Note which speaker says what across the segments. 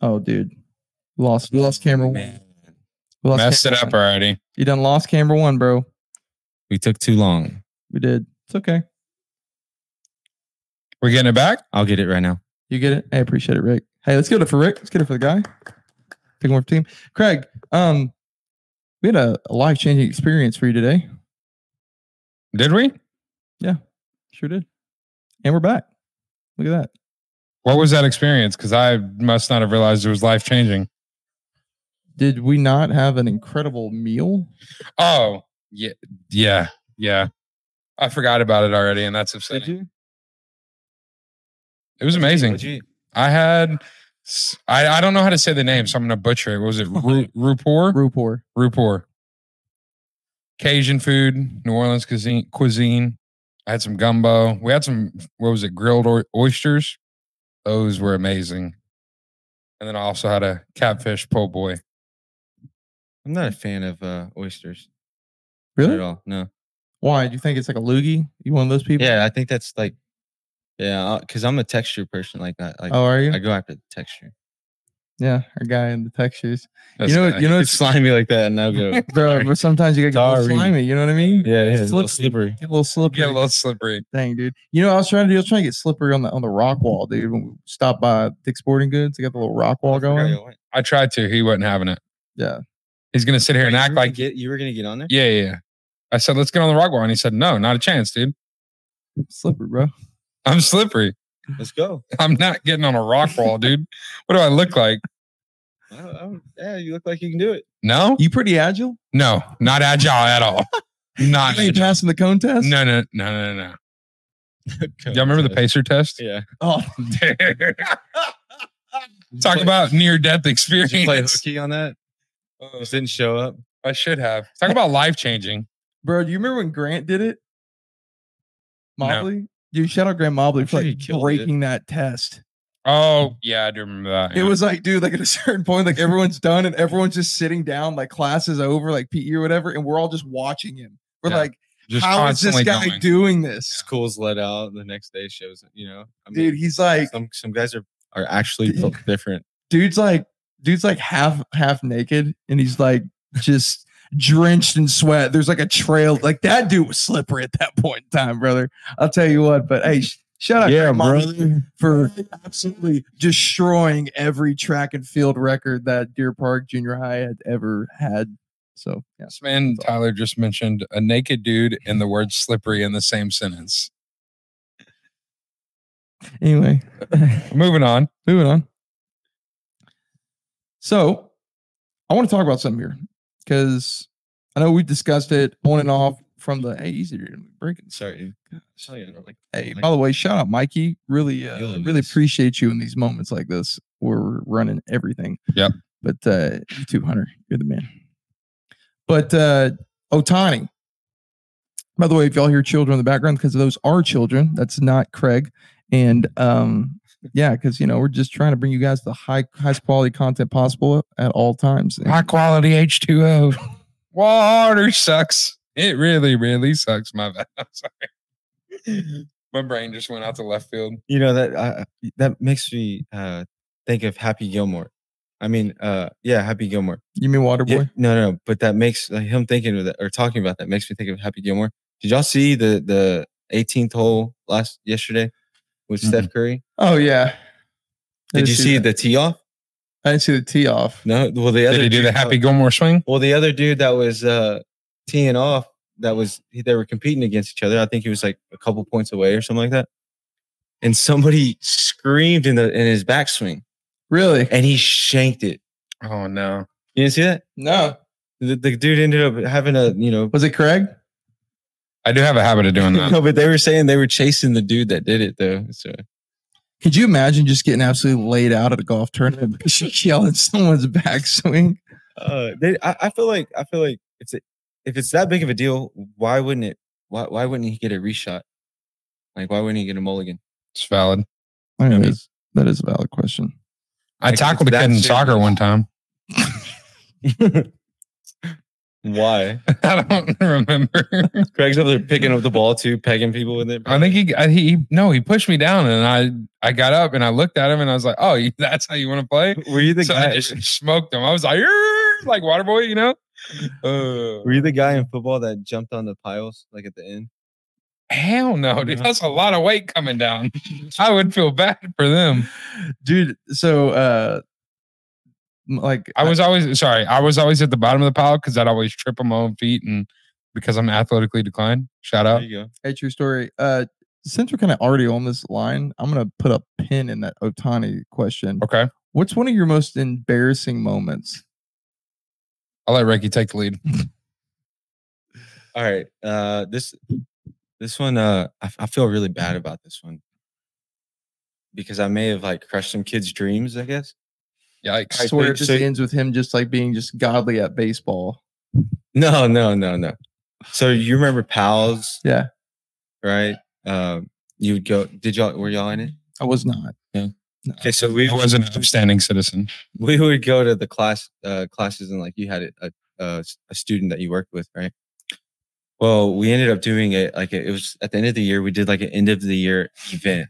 Speaker 1: Oh, dude, we lost. We lost camera one.
Speaker 2: Man,
Speaker 1: We lost
Speaker 2: messed it
Speaker 1: camera
Speaker 2: up
Speaker 1: one.
Speaker 2: already.
Speaker 1: You done lost camera one, bro.
Speaker 2: We took too long.
Speaker 1: We did. It's okay.
Speaker 2: We're getting it back.
Speaker 3: I'll get it right now.
Speaker 1: You get it. I appreciate it, Rick. Hey, let's get it for Rick. Let's get it for the guy. Pick one for team. Craig, um, we had a, a life changing experience for you today.
Speaker 2: Did we?
Speaker 1: Sure did. And we're back. Look at that.
Speaker 2: What was that experience? Because I must not have realized it was life changing.
Speaker 1: Did we not have an incredible meal?
Speaker 2: Oh, yeah, yeah, yeah. I forgot about it already, and that's upsetting.
Speaker 1: Did you?
Speaker 2: It was amazing. I had, s- I, I don't know how to say the name, so I'm going to butcher it. What was it? Ru- Rupor?
Speaker 1: Rupor.
Speaker 2: Rupor. Cajun food, New Orleans cuisine, cuisine. I had some gumbo. We had some, what was it, grilled oy- oysters. Those were amazing. And then I also had a catfish po' boy.
Speaker 3: I'm not a fan of uh, oysters at
Speaker 1: Really?
Speaker 3: all. No.
Speaker 1: Why? Do you think it's like a loogie? You one of those people?
Speaker 3: Yeah, I think that's like, yeah, because I'm a texture person like that. Like
Speaker 1: Oh, are you?
Speaker 3: I go after the texture.
Speaker 1: yeah, our guy in the textures.
Speaker 2: That's
Speaker 1: know what-
Speaker 2: nice.
Speaker 1: you know
Speaker 3: It's slimy like that, and I'll go.
Speaker 1: Bro, but sometimes you gotta get a little
Speaker 3: Sorry.
Speaker 1: slimy, you know what I mean?
Speaker 3: Yeah, yeah, it's a little
Speaker 1: Slippery.
Speaker 3: slippery.
Speaker 1: Get a little slippery.
Speaker 2: get a little slippery.
Speaker 1: Dang, dude. You know, what I was trying to do. I was trying to get slippery on the on the rock wall, dude. When we stopped by Dick's Sporting Goods, they got the little rock wall going.
Speaker 2: I tried to. He wasn't having it.
Speaker 1: Yeah.
Speaker 2: He's gonna sit here and act like, yeah,
Speaker 3: get, you were gonna get on there.
Speaker 2: yeah, yeah. I said, let's get on the rock wall, and he said, no, not a chance, dude.
Speaker 1: Slippery, bro.
Speaker 2: I'm slippery.
Speaker 3: Let's go.
Speaker 2: I'm not getting on a rock wall, dude. What do I look like?
Speaker 3: I don't- I don't- yeah, you look like you can do it.
Speaker 2: No,
Speaker 1: You pretty agile?
Speaker 2: no, not agile at all. Not.
Speaker 1: You ain't
Speaker 2: agile.
Speaker 1: passing the cone test?
Speaker 2: No, no, no, no, no. Y'all remember the pacer test?
Speaker 3: Yeah.
Speaker 1: Oh,
Speaker 2: Dude. Talk about near death
Speaker 3: Did you play
Speaker 2: experience.
Speaker 3: hooky on that?
Speaker 1: Oh.
Speaker 3: Just didn't show up.
Speaker 2: I should have. Talk about life changing.
Speaker 1: bro, do you remember when Grant did it?
Speaker 2: No.
Speaker 1: Mobley? Dude, shout out Grant Mobley
Speaker 3: I'm
Speaker 1: for
Speaker 3: sure
Speaker 1: like
Speaker 3: he killed it.
Speaker 1: breaking that test.
Speaker 2: Oh yeah, I do remember that.
Speaker 1: It
Speaker 2: yeah.
Speaker 1: was like, dude, like at a certain point, like everyone's done and everyone's just sitting down, like class is over, like PE or whatever, and we're all just watching him. We're
Speaker 2: Yeah.
Speaker 1: like,
Speaker 2: just
Speaker 1: how is this
Speaker 2: constantly
Speaker 1: guy
Speaker 2: going.
Speaker 1: doing this?
Speaker 3: School's let out. The next day shows. You know, I
Speaker 1: Dude, he's like,
Speaker 3: some some guys are are actually built different.
Speaker 1: dude's like dude's like half half naked and he's like just drenched in sweat there's like a trail like that dude was slippery at that point in time brother i'll tell you what but hey sh- shout out Greg Monty for absolutely destroying every track and field record that deer park junior high had ever had so yeah
Speaker 2: This man Tyler just mentioned a naked dude and the word slippery in the same sentence.
Speaker 1: anyway
Speaker 2: Moving on.
Speaker 1: moving on so i want to talk about something here because i know we've discussed it on and off from the hey easy dude I'm breaking
Speaker 3: Sorry. Oh, yeah, like-
Speaker 1: Hey,
Speaker 3: like-
Speaker 1: by the way, shout out Mikey. Really, uh,
Speaker 3: You'll love
Speaker 1: really
Speaker 3: this.
Speaker 1: appreciate you in these moments like this where we're running everything.
Speaker 2: Yep.
Speaker 1: But uh, you too, Hunter, you're the man. But uh, Otani. By the way, if y'all hear children in the background, because those are children, that's not Craig. And um, yeah, because you know we're just trying to bring you guys the high, highest quality content possible at all times. And-
Speaker 2: High quality H2O. Water sucks. It really, really sucks. My bad. I'm sorry. My brain just went out to left field.
Speaker 3: you know that uh, that makes me uh, think of Happy Gilmore. I mean, uh, yeah, Happy Gilmore.
Speaker 1: you mean Waterboy?
Speaker 3: Yeah, no, no, but that makes like, him thinking of that or talking about that makes me think of Happy Gilmore. Did y'all see the the 18th hole last yesterday with Steph Curry?
Speaker 1: Oh yeah. I
Speaker 3: Did you see
Speaker 1: that.
Speaker 3: the tee off?
Speaker 1: I didn't see the tee off.
Speaker 3: No. Well, the other
Speaker 2: Did he do
Speaker 3: dude-
Speaker 2: the Happy Gilmore swing?
Speaker 3: Well, the other dude that was uh, teeing off, that was they were competing against each other. I think he was like a couple points away or something like that. And somebody screamed in the in his backswing,
Speaker 1: Really?
Speaker 3: and he shanked it.
Speaker 2: Oh no.
Speaker 3: You didn't see that?
Speaker 1: No.
Speaker 3: The, the dude ended up having a you know.
Speaker 1: Was it Craig?
Speaker 2: I do have a habit of doing that.
Speaker 3: No, but they were saying they were chasing the dude that did it though. So
Speaker 1: Could you imagine just getting absolutely laid out at a golf tournament because you yell at someone's backswing?
Speaker 3: uh, they, I, I feel like I feel like if it, if it's that big of a deal, why wouldn't it? Why why wouldn't he get a reshot? Like why wouldn't he get a mulligan?
Speaker 2: It's valid.
Speaker 1: I mean,
Speaker 3: I mean,
Speaker 1: that's- that is a valid question.
Speaker 2: I
Speaker 3: Like, if
Speaker 2: tackled a
Speaker 3: it's
Speaker 2: kid
Speaker 3: that
Speaker 2: in
Speaker 3: serious.
Speaker 2: soccer one time.
Speaker 3: Why?
Speaker 2: I don't remember.
Speaker 3: Craig's over there picking up the ball too, pegging people with it.
Speaker 2: I think he, I- he he- no, he pushed me down and I I got up and I looked at him and I was like, oh, you- that's how you want to play?
Speaker 3: Were you the
Speaker 2: So
Speaker 3: guy?
Speaker 2: I just smoked him. I was like, "Arr!" like water boy, you know? Uh,
Speaker 3: were you the guy in football that jumped on the piles like at the end?
Speaker 2: hell no, dude. That's a lot of weight coming down. I would feel bad for them.
Speaker 1: dude. So, uh, m- like
Speaker 2: I was always sorry. I was always at the bottom of the pile because I'd always trip on my own feet and because I'm athletically declined. Shout out.
Speaker 3: There you go.
Speaker 1: a true story. Uh, since we're kind of already on this line, I'm gonna put a pin in that Otani question.
Speaker 2: Okay.
Speaker 1: What's one of your most embarrassing moments?
Speaker 2: I'll let Reiki take the lead.
Speaker 3: All right. Uh, this this one, uh, I, f- I feel really bad about this one because I may have like crushed some kids' dreams. I guess.
Speaker 2: Yikes.
Speaker 1: I
Speaker 3: I
Speaker 1: swear it
Speaker 3: think
Speaker 1: just
Speaker 3: so-
Speaker 1: ends with him just like being just godly at baseball.
Speaker 3: No, no, no, no. So you remember pals?
Speaker 1: Yeah.
Speaker 3: Right. Um, you would go. Did y'all? Were y'all in it?
Speaker 1: I was not.
Speaker 3: Okay, so we
Speaker 2: I was an upstanding citizen.
Speaker 3: we would go to the class uh, classes and like you had a, a- a s- a student that you worked with, right? Well, we ended up doing it like it was at the end of the year. We did like an end of the year event.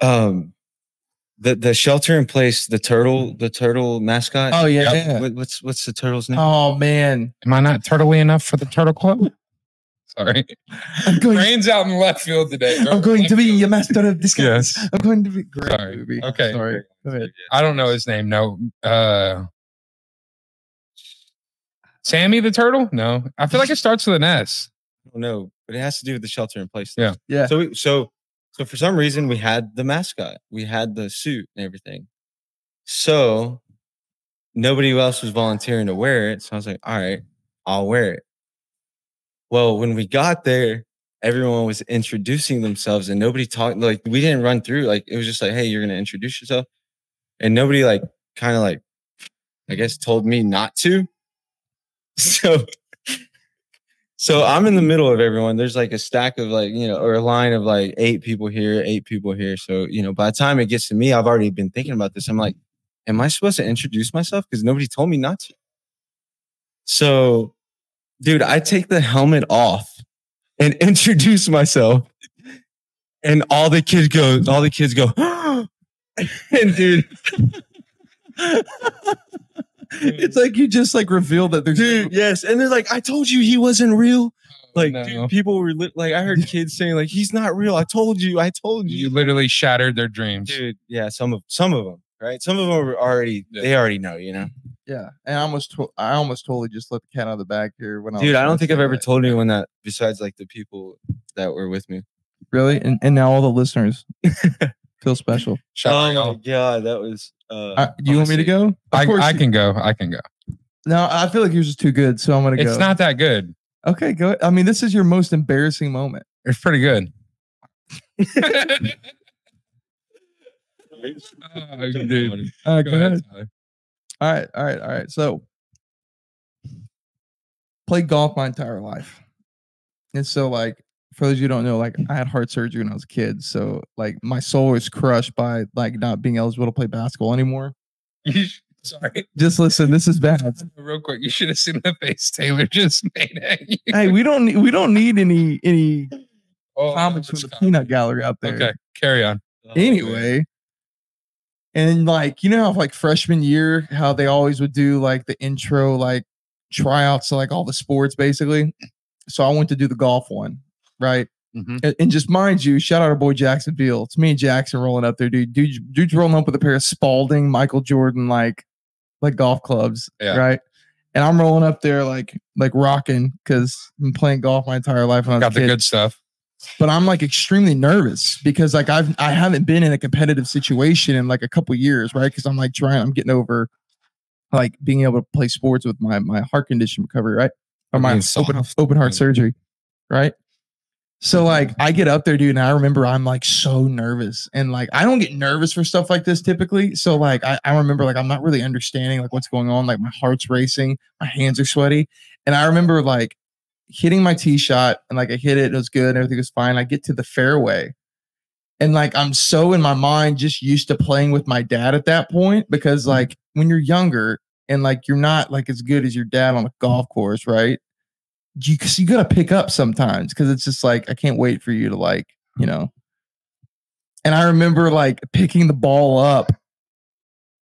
Speaker 3: Um, the the shelter in place, the turtle, the turtle mascot.
Speaker 1: Oh yeah.
Speaker 2: Yep.
Speaker 1: yeah.
Speaker 3: What, what's what's the turtle's name?
Speaker 1: Oh man.
Speaker 2: Am I not turtley enough for the turtle club? Sorry.
Speaker 1: I'm going.
Speaker 2: Brains out in left field today.
Speaker 1: I'm going to be a master of disguise.
Speaker 2: Yes.
Speaker 1: I'm going to be great
Speaker 2: Sorry.
Speaker 1: movie.
Speaker 2: Okay.
Speaker 1: Sorry. Go ahead.
Speaker 2: I don't know his name. No. Uh Sammy the turtle? No. I feel like it starts with an S.
Speaker 3: I don't know, but it has to do with the shelter in place.
Speaker 2: Yeah.
Speaker 1: Yeah.
Speaker 3: So we, so so for some reason we had the mascot, we had the suit and everything. So nobody else was volunteering to wear it. So I was like, all right, I'll wear it. Well, when we got there, everyone was introducing themselves and nobody talked like we didn't run through. Like it was just like, hey, you're gonna introduce yourself. And nobody like kind of like I guess told me not to. So so I'm in the middle of everyone. There's like a stack of like, you know, or a line of like eight people here, eight people here. So, you know, by the time it gets to me, I've already been thinking about this. I'm like, am I supposed to introduce myself? Because nobody told me not to. So, dude, I take the helmet off and introduce myself. And all the kids go, all the kids go, and dude,
Speaker 1: it's like you just like revealed that there's
Speaker 3: dude, yes. And they're like, I told you he wasn't real. Like
Speaker 2: No.
Speaker 3: dude, people were lit like I heard kids saying like he's not real. I told you. I told
Speaker 2: you literally shattered their dreams.
Speaker 3: dude. Yeah, some of some of them, right? Some of them are already
Speaker 2: Yeah.
Speaker 3: they already know, you know.
Speaker 1: yeah. And I almost to- I almost totally just let the cat out of the bag here when I
Speaker 3: Dude,
Speaker 1: was
Speaker 3: I
Speaker 1: gonna
Speaker 3: don't think
Speaker 1: say
Speaker 3: I've ever
Speaker 1: that.
Speaker 3: told anyone that besides like the people that were with me.
Speaker 1: really and, and now all the listeners feel special.
Speaker 2: Shout out.
Speaker 3: Oh god, that was. Uh,
Speaker 1: Uh, do you want me to
Speaker 3: honestly-
Speaker 1: go? Of
Speaker 2: I, I
Speaker 1: you-
Speaker 2: can go. I can go.
Speaker 1: No, I feel like yours is too good, so I'm gonna go.
Speaker 2: It's not that good.
Speaker 1: okay. Go. I mean, this is your most embarrassing moment.
Speaker 2: It's pretty good. Oh, dude.
Speaker 1: All right,
Speaker 2: Go ahead. Tyler.
Speaker 1: All right, all right, all right. So, played golf my entire life, and so like for those of you who don't know, like I had heart surgery when I was a kid, so like my soul was crushed by like not being eligible to play basketball anymore.
Speaker 2: You sh- Sorry.
Speaker 1: Just listen, this is bad.
Speaker 2: Real quick, you should have seen the face Taylor just made at you.
Speaker 1: hey, we don't need- we don't need any any
Speaker 2: Oh,
Speaker 1: comments from
Speaker 2: that's
Speaker 1: the
Speaker 2: fine.
Speaker 1: peanut gallery out there.
Speaker 2: Okay, carry on.
Speaker 3: Oh, man.
Speaker 1: anyway and like you know how like freshman year how they always would do like the intro like tryouts to like all the sports basically so i went to do the golf one right
Speaker 2: Mm-hmm.
Speaker 1: and, and just mind you shout out our boy jackson Beal. it's me and jackson rolling up there dude dude dude's rolling up with a pair of spalding michael jordan like like golf clubs
Speaker 2: Yeah.
Speaker 1: right and i'm rolling up there like like rocking because i've been playing golf my entire life when i was
Speaker 2: Got
Speaker 1: a
Speaker 2: the
Speaker 1: kid
Speaker 2: good stuff.
Speaker 1: but I'm like extremely nervous because like I've I haven't been in a competitive situation in like a couple years, right? Because I'm like trying, I'm getting over like being able to play sports with my my heart condition recovery, right? Or
Speaker 2: You're
Speaker 1: my
Speaker 2: being
Speaker 1: open,
Speaker 2: soft. Mm-hmm.
Speaker 1: open heart
Speaker 2: Yeah.
Speaker 1: surgery, right? So like I get up there, dude, and I remember I'm like so nervous, and like I don't get nervous for stuff like this typically. So like I, I remember like I'm not really understanding like what's going on, like my heart's racing, my hands are sweaty, and I remember like hitting my tee shot and like I hit it, and it was good, and everything was fine. I get to the fairway. And like I'm so in my mind just used to playing with my dad at that point because like when you're younger and like you're not like as good as your dad on a golf course, right? You cause you gotta pick up sometimes because it's just like I can't wait for you to like you know. And I remember like picking the ball up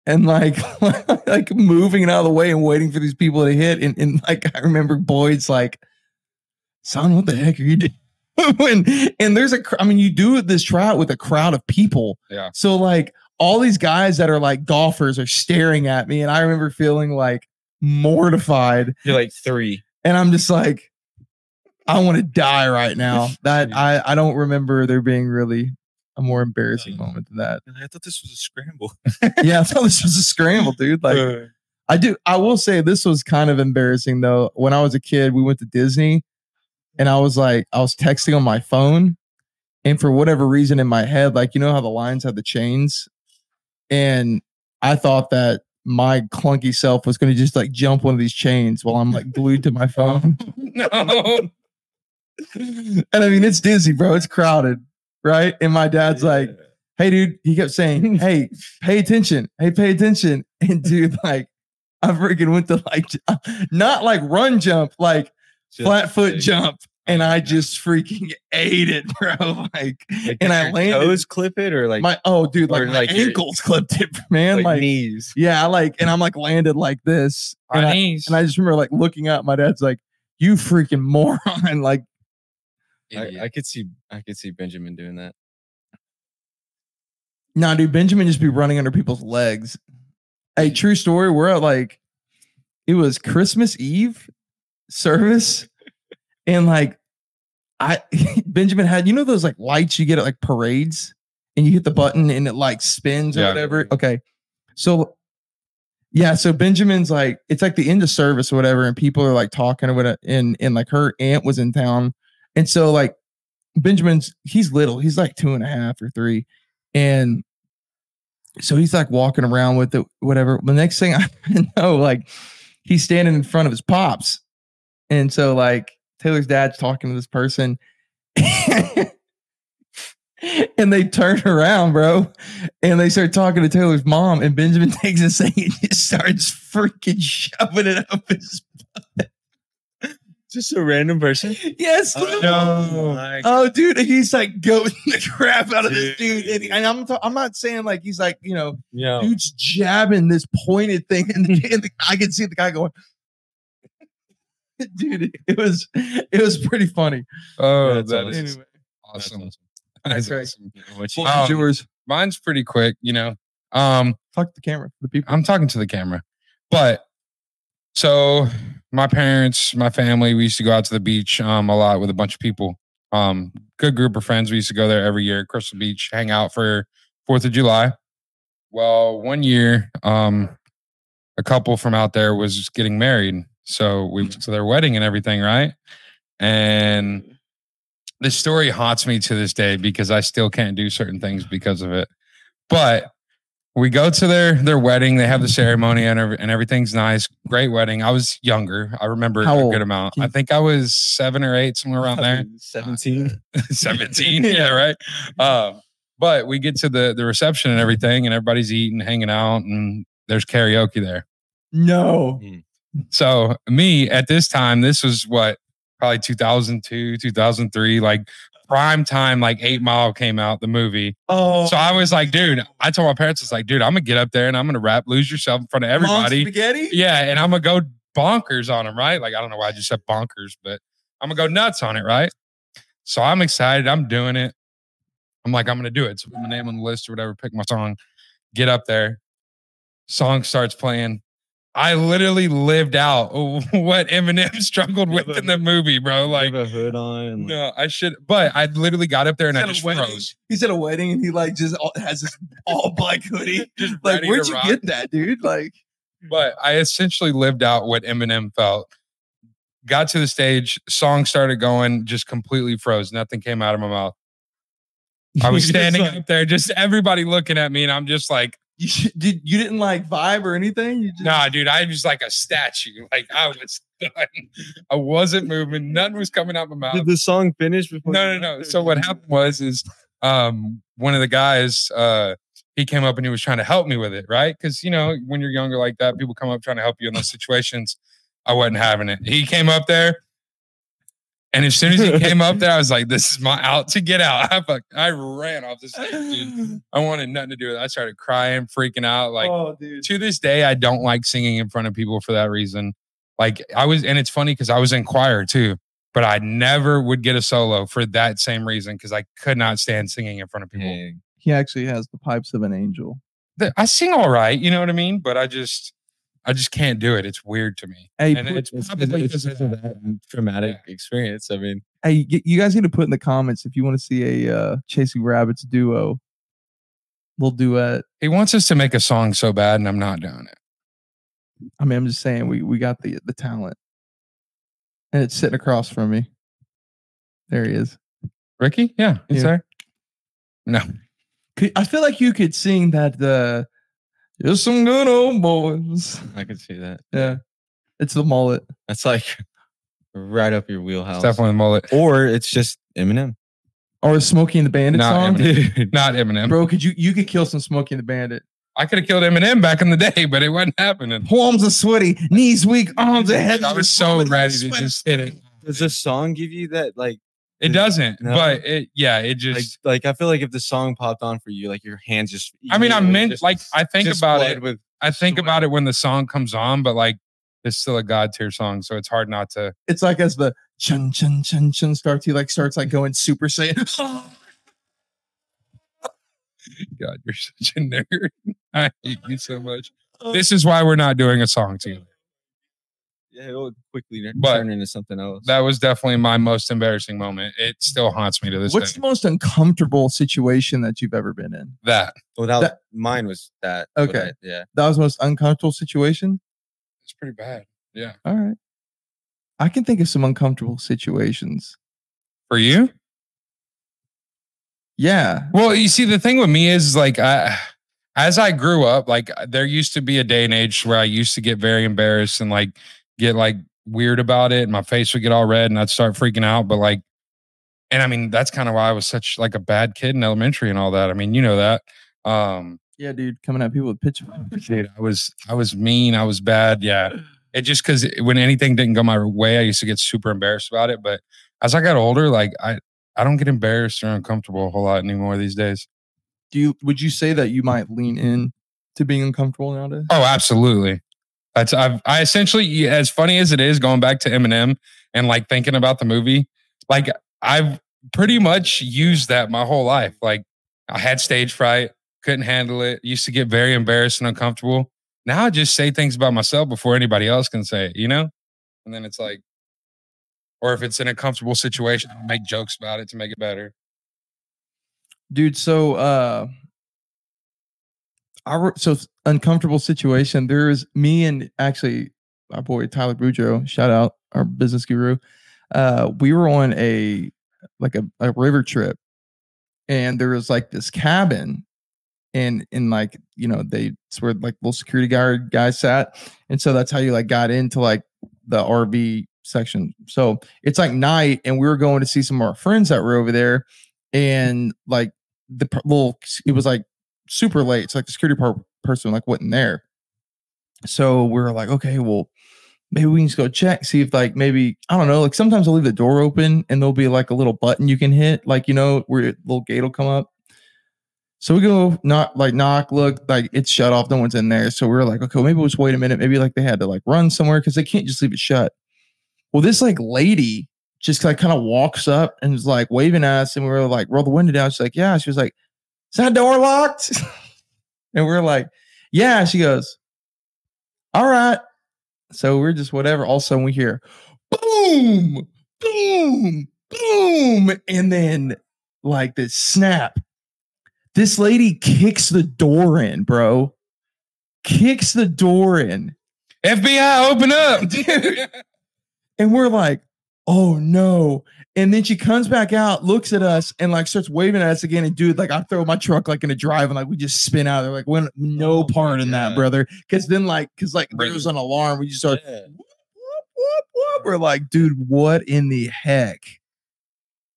Speaker 1: and like like moving it out of the way and waiting for these people to hit. And, and like I remember Boyd's like, son, what the heck are you doing? and, and there's a, cr- I mean, you do this tryout with a crowd of people.
Speaker 2: Yeah.
Speaker 1: So like all these guys that are like golfers are staring at me, and I remember feeling like mortified,
Speaker 3: You're like three.
Speaker 1: and I'm just like, I want to die right now. That I I don't remember there being really a more embarrassing moment than that.
Speaker 4: I thought this was a scramble.
Speaker 1: Yeah, I thought this was a scramble, dude. Like. I do. I will say this was kind of embarrassing though. When I was a kid, we went to Disney and I was like, I was texting on my phone. And for whatever reason in my head, like, you know how the lions have the chains? And I thought that my clunky self was going to just like jump one of these chains while I'm like glued to my phone.
Speaker 2: no.
Speaker 1: and I mean, it's Disney, bro. It's crowded. Right. And my dad's like, hey dude he kept saying hey pay attention hey pay attention and dude like i freaking went to like j- not like run jump like
Speaker 3: Just
Speaker 1: flat foot
Speaker 3: big.
Speaker 1: jump and i just freaking ate it bro like
Speaker 3: Like,
Speaker 1: and
Speaker 3: did
Speaker 1: i
Speaker 3: your
Speaker 1: landed
Speaker 3: Toes clip it or like
Speaker 1: my oh dude like
Speaker 3: or
Speaker 1: my
Speaker 3: like your-
Speaker 1: ankles clipped it man
Speaker 3: like,
Speaker 1: like,
Speaker 3: knees.
Speaker 1: yeah I like and i'm like landed like this
Speaker 2: My
Speaker 1: and I,
Speaker 2: knees.
Speaker 1: and I just remember like looking up my dad's like you freaking moron like
Speaker 3: I,
Speaker 2: Idiot.
Speaker 3: I could see I could see Benjamin doing that.
Speaker 1: Nah, dude, Benjamin just be running under people's legs. Hey, true story. We're at like it was Christmas Eve service, and like I Benjamin had you know those like lights you get at like parades, and you hit the button and it like spins or
Speaker 2: Yeah.
Speaker 1: whatever. Okay, so yeah, so Benjamin's like it's like the end of service or whatever, and people are like talking or whatever, and and like her aunt was in town, and so like Benjamin's he's little, he's like two and a half or three, and so he's like walking around with it, whatever. The next thing I know, like he's standing in front of his pops. And so like Taylor's dad's talking to this person. and they turn around, bro. And they start talking to Taylor's mom. And Benjamin takes this thing and just starts freaking shoving it up his
Speaker 3: Just a random person.
Speaker 1: Yes.
Speaker 3: Oh,
Speaker 4: no.
Speaker 3: my
Speaker 1: Oh, dude, he's like goating the crap out of this dude, and, and I'm i I'm not saying like he's like you know
Speaker 2: Oh.
Speaker 3: Yeah.
Speaker 1: dude's jabbing this pointed thing, and,
Speaker 2: Hmm.
Speaker 1: the, and the, I can see the guy going, dude, it was it was pretty funny.
Speaker 2: oh,
Speaker 3: That's
Speaker 2: that
Speaker 3: awesome.
Speaker 2: is
Speaker 1: Anyway,
Speaker 3: That's
Speaker 2: awesome.
Speaker 3: awesome.
Speaker 1: That's right.
Speaker 2: awesome.
Speaker 3: What you-
Speaker 1: Well,
Speaker 2: Um,
Speaker 1: yours.
Speaker 2: Mine's pretty quick, you know. Um,
Speaker 1: Talk to the camera, the people.
Speaker 2: I'm talking to the camera. But so my parents, my family, we used to go out to the beach um a lot with a bunch of people. Um, good group of friends. We used to go there every year, Crystal Beach, hang out for Fourth of July. Well, one year, um, a couple from out there was just getting married. So we
Speaker 1: Mm-hmm.
Speaker 2: went to their wedding and everything, right? And the story haunts me to this day because I still can't do certain things because of it. But we go to their their wedding. They have the ceremony and, ev- and everything's nice. Great wedding. I was younger. I remember
Speaker 1: How
Speaker 2: a
Speaker 1: old?
Speaker 2: good amount.
Speaker 1: Can
Speaker 2: I
Speaker 1: you-
Speaker 2: think I was seven or eight, somewhere around there.
Speaker 3: Seventeen.
Speaker 2: 17 yeah right um but we get to the the reception and everything and everybody's eating hanging out and there's karaoke there
Speaker 1: No,
Speaker 2: so me at this time this was what probably 2002 2003 like prime time like eight mile came out the movie
Speaker 1: oh,
Speaker 2: so i was like dude i told my parents it's like dude i'm gonna get up there and i'm gonna rap lose yourself in front of
Speaker 1: Mom's
Speaker 2: everybody
Speaker 1: spaghetti.
Speaker 2: yeah, and I'm gonna go bonkers on him, right? Like I don't know why I just said bonkers, but I'm gonna go nuts on it, right? So I'm excited. I'm doing it. I'm like, I'm gonna do it. So put my name on the list or whatever. Pick my song. Get up there. Song starts playing. I literally lived out what Eminem struggled with in the movie, bro. Like,
Speaker 3: have a hood on. and, like,
Speaker 2: no, I should, but I literally got up there and I just
Speaker 1: He's at a wedding.
Speaker 2: froze.
Speaker 1: He's at a wedding and he like just all, has this all black hoodie.
Speaker 2: Just
Speaker 1: Like,
Speaker 2: ready to
Speaker 1: where'd you
Speaker 2: rock.
Speaker 1: get that, dude? Like,
Speaker 2: but I essentially lived out what Eminem felt. Got to the stage, song started going, just completely froze. Nothing came out of my mouth. I was
Speaker 1: Just
Speaker 2: standing
Speaker 1: like-
Speaker 2: up there, just everybody looking at me, and I'm just like,
Speaker 1: you should, did you didn't like vibe or anything? You just,
Speaker 2: nah, dude, I was like a statue. Like I was done. I wasn't moving. Nothing was coming out my mouth.
Speaker 3: Did the song finish before?
Speaker 2: No, no, no. So what happened was is um one of the guys uh he came up and he was trying to help me with it, right? Because you know, when you're younger like that, people come up trying to help you in those situations. I wasn't having it. He came up there, and as soon as he came up there, I was like, "This is my out to get out." I fuck, I ran off this stage, dude. I wanted nothing to do with it. I started crying, freaking out. Like
Speaker 1: oh, dude.
Speaker 2: to this day, I don't like singing in front of people for that reason. Like I was, and it's funny because I was in choir too, but I never would get a solo for that same reason because I could not stand singing in front of people.
Speaker 3: Dang.
Speaker 1: He actually has the pipes of an angel.
Speaker 2: Th- I sing all right, you know what I mean, but I just, I just can't do it. It's weird to me.
Speaker 1: Hey,
Speaker 2: And
Speaker 1: put-
Speaker 2: it's
Speaker 3: It's,
Speaker 2: probably
Speaker 3: it's,
Speaker 2: because
Speaker 3: it's
Speaker 2: of
Speaker 3: a bad traumatic experience. I mean,
Speaker 1: Hey, y- you guys need to put in the comments if you want to see a uh, Chasing Rabbits duo. We'll duet.
Speaker 2: He wants us to make a song so bad, and I'm not doing it.
Speaker 1: I mean, I'm just saying we we got the the talent, and it's sitting across from me. There he is.
Speaker 2: Ricky, yeah, he's
Speaker 1: Yeah.
Speaker 2: there. No,
Speaker 1: Could- I feel like you could sing that. The there's some good old boys.
Speaker 3: I could see that.
Speaker 1: Yeah, it's the mullet.
Speaker 3: That's like right up your wheelhouse.
Speaker 2: it's definitely mullet,
Speaker 3: Or it's just Eminem.
Speaker 1: Or Smokey and the Bandit
Speaker 2: Not
Speaker 1: song,
Speaker 2: Eminem.
Speaker 3: Dude.
Speaker 2: not Eminem.
Speaker 1: bro. Could you you could kill some Smokey and the Bandit?
Speaker 2: I could have killed Eminem back in the day, but it wasn't happening.
Speaker 1: Palms are sweaty, knees weak, arms and head.
Speaker 2: I was so ready to just hit it.
Speaker 3: Does the song give you that like
Speaker 2: It doesn't,
Speaker 3: No.
Speaker 2: but it yeah, it
Speaker 3: like
Speaker 2: just.
Speaker 3: like I feel like if the song popped on for you, like your hands just
Speaker 2: I mean, I
Speaker 3: immediately
Speaker 2: meant
Speaker 3: just-
Speaker 2: like I think
Speaker 3: just
Speaker 2: about
Speaker 3: flood
Speaker 2: it.
Speaker 3: with
Speaker 2: I think
Speaker 3: sweat.
Speaker 2: about it when the song comes on, but like it's still a god tier song, so it's hard not to.
Speaker 1: It's like as the chun chun chun chun starts, he like starts like going super saiyan.
Speaker 2: God, you're such a nerd. I hate you so much.
Speaker 3: Oh.
Speaker 2: This is why we're not doing a song to you.
Speaker 3: yeah, it'll quickly turn
Speaker 2: But-
Speaker 3: turn into something else.
Speaker 2: That was definitely my most embarrassing moment. It still haunts me to this
Speaker 1: What's the
Speaker 2: day.
Speaker 1: most uncomfortable situation that you've ever been in?
Speaker 2: that
Speaker 3: well, that, was-
Speaker 1: that-
Speaker 3: mine was that. what
Speaker 1: Okay.
Speaker 3: I- yeah.
Speaker 1: That was the most uncomfortable situation.
Speaker 2: it's pretty bad. Yeah,
Speaker 1: All right, I can think of some uncomfortable situations.
Speaker 2: for you.
Speaker 1: Yeah,
Speaker 2: Well, you see, the thing with me is like, I, as I grew up, like there used to be a day and age where I used to get very embarrassed and like get like weird about it, and my face would get all red, and I'd start freaking out. But like, and I mean, that's kind of why I was such like a bad kid in elementary and all that. I mean, you know that. Um,
Speaker 1: yeah, dude, coming at people with pitchforks.
Speaker 2: dude, I was I was mean, I was bad. Yeah, it just because when anything didn't go my way, I used to get super embarrassed about it. But as I got older, like I I don't get embarrassed or uncomfortable a whole lot anymore these days.
Speaker 1: Do you? Would you say that you might lean in to being uncomfortable nowadays?
Speaker 2: Oh, absolutely. That's I've I essentially as funny as it is going back to Eminem and like thinking about the movie, like I've pretty much used that my whole life. Like I had stage fright, couldn't handle it, used to get very embarrassed and uncomfortable. Now I just say things about myself before anybody else can say it, you know? And then it's like or if it's in a comfortable situation, I'll make jokes about it to make it better.
Speaker 1: dude so uh our so s- uncomfortable situation there is me and actually our boy tyler bujo shout out our business guru uh we were on a like a, a river trip and there was like this cabin and and like you know they it's where like little security guard guy sat and so that's how you like got into like the rv section so it's like night and we were going to see some of our friends that were over there and like the per- little it was like super late so like the security par- person like wasn't there so we were like okay well maybe we can just go check see if like maybe i don't know like sometimes i'll leave the door open and there'll be like a little button you can hit like you know where a little gate will come up so we go not like knock look like it's shut off no one's in there so we were like okay well, maybe we'll just wait a minute maybe like they had to like run somewhere because they can't just leave it shut well this like lady just like kind of walks up and is like waving at us, and we were like, roll the window down. She's like, yeah. She was like, is that door locked? and we are like, yeah. She goes, all right. So we're just whatever. All of a sudden we hear, boom, boom, boom, and then like this snap. This lady kicks the door in, bro. Kicks the door in.
Speaker 2: FBI, open up.
Speaker 1: And we're like, oh no. And then she comes back out, looks at us, and like starts waving at us again. And dude, like I throw my truck like in a drive and like we just spin out of there. Like, when no
Speaker 3: Oh,
Speaker 1: part in that,
Speaker 3: God.
Speaker 1: brother. Cause then like, cause like there
Speaker 2: Really?
Speaker 1: was an alarm. We just started
Speaker 3: Yeah.
Speaker 1: whoop, whoop, whoop, whoop. We're like, dude, what in the heck?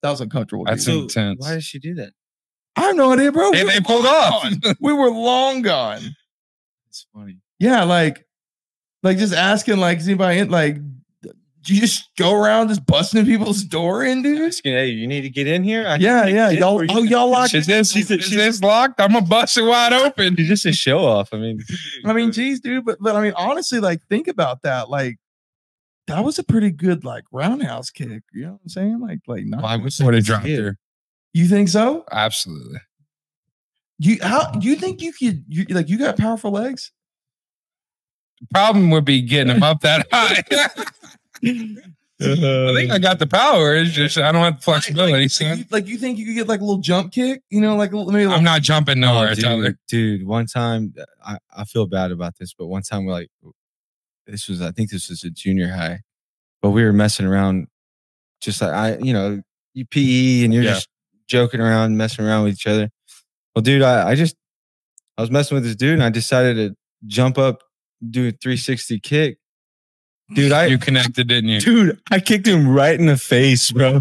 Speaker 1: That was uncomfortable.
Speaker 2: That's
Speaker 1: dude.
Speaker 3: So
Speaker 2: intense.
Speaker 3: Why does she do that?
Speaker 1: I have no idea, bro.
Speaker 2: They,
Speaker 1: We
Speaker 2: they
Speaker 1: were
Speaker 2: pulled off.
Speaker 1: gone. we were long gone.
Speaker 3: It's funny.
Speaker 1: Yeah, like, like just asking, like, is anybody in? Like, do you just go around just busting people's door in, dude?
Speaker 3: Asking, hey, you need to get in here? I can
Speaker 1: Yeah,
Speaker 3: get
Speaker 1: yeah.
Speaker 3: in
Speaker 1: Y'all,
Speaker 3: for you."
Speaker 1: oh, y'all locked.
Speaker 2: Is this,
Speaker 3: She's a-
Speaker 2: is
Speaker 3: she's-
Speaker 2: this locked? I'm gonna bust it wide open.
Speaker 3: She's just a show off. I mean,
Speaker 1: I mean, geez, dude. But, but I mean, honestly, like, think about that. Like, that was a pretty good like roundhouse kick. You know what I'm saying? Like, like, not,
Speaker 3: I wish
Speaker 2: Would have dropped
Speaker 3: kid.
Speaker 2: her.
Speaker 1: you think so?
Speaker 2: Absolutely.
Speaker 1: You how you think you could? You like you got powerful legs?
Speaker 2: The problem would be getting him up that high. I think I got the power. It's just I don't have the flexibility.
Speaker 1: Like
Speaker 2: son.
Speaker 1: you, like you think you could get like a little jump kick? You know, like a little- maybe like,
Speaker 2: I'm not jumping
Speaker 3: Oh,
Speaker 2: nowhere, Tyler.
Speaker 3: dude, dude, one time uh, I, I feel bad about this, but one time we're like, this was I think this was a junior high, but we were messing around, just like I, you know, you PE and you're
Speaker 2: Yeah.
Speaker 3: just joking around, messing around with each other. Well, dude, I, I just I was messing with this dude and I decided to jump up, do a 360 kick. Dude, I
Speaker 2: You connected, didn't you?
Speaker 3: dude, I kicked him right in the face, bro.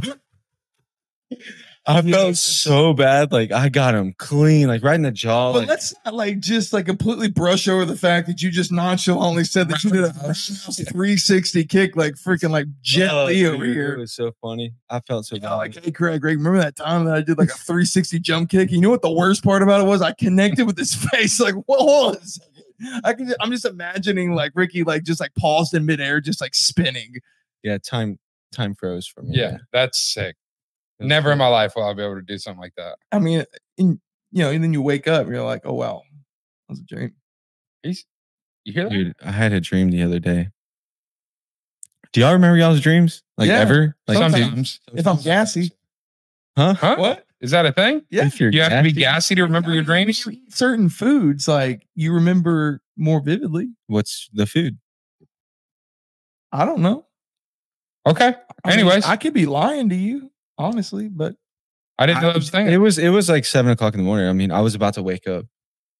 Speaker 3: I felt so bad. Like I got him clean, like right in the jaw.
Speaker 1: But
Speaker 3: like-
Speaker 1: let's not like just like completely brush over the fact that you just nonchalantly said that you did a
Speaker 2: Roundhouse.
Speaker 1: 360 kick, like freaking like Jet
Speaker 3: Oh,
Speaker 1: Li over
Speaker 3: dude, It
Speaker 1: here.
Speaker 3: was so funny. I felt so
Speaker 1: You
Speaker 3: bad.
Speaker 1: know, like, hey, Craig, Craig, remember that time that I did like a 360 jump kick? You know what the worst part about it was? I connected with his face. Like, what was? I can. I'm just imagining like Ricky, like just like paused in midair, just like spinning.
Speaker 3: yeah, time time froze for me.
Speaker 2: Yeah, that's sick. Never in my life will I be able to do something like that.
Speaker 1: I mean, and, you know, and then you wake up, you're like, oh wow, that was a dream.
Speaker 2: You hear that?
Speaker 3: Dude, I had a dream the other day. Do y'all remember y'all's dreams? Like
Speaker 1: Yeah.
Speaker 3: ever? Like
Speaker 1: Sometimes.
Speaker 3: dude,
Speaker 1: If I'm gassy,
Speaker 3: huh?
Speaker 2: Huh?
Speaker 1: what?
Speaker 2: Is that a thing?
Speaker 1: Yeah.
Speaker 3: If you're
Speaker 2: You have to be
Speaker 3: gassy,
Speaker 2: gassy to remember your
Speaker 1: I mean,
Speaker 2: dreams?
Speaker 1: when you eat certain foods, like you remember more vividly.
Speaker 3: what's the food?
Speaker 1: I don't know.
Speaker 2: Okay.
Speaker 1: I mean,
Speaker 2: Anyways.
Speaker 1: I could be lying to you, honestly, but
Speaker 2: I didn't know that was a
Speaker 3: It
Speaker 2: thing.
Speaker 3: was it was like seven o'clock in the morning. I mean, I was about to wake up,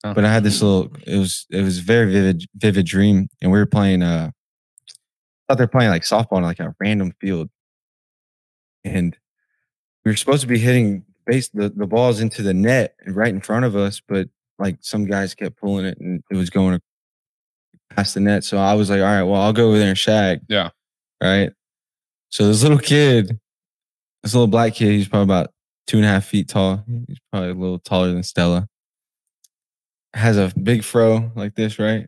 Speaker 2: Oh.
Speaker 3: but I had this little. It was it was a very vivid vivid dream, and we were playing. uh Thought they're playing like softball on like a random field, and we were supposed to be hitting base the, the balls into the net right in front of us, but like some guys kept pulling it and it was going past the net. So I was like, all right, well, I'll go over there and shag.
Speaker 2: Yeah.
Speaker 3: Right. So this little kid, this little black kid, he's probably about two and a half feet tall. He's probably a little taller than Stella. Has a big fro like this, right?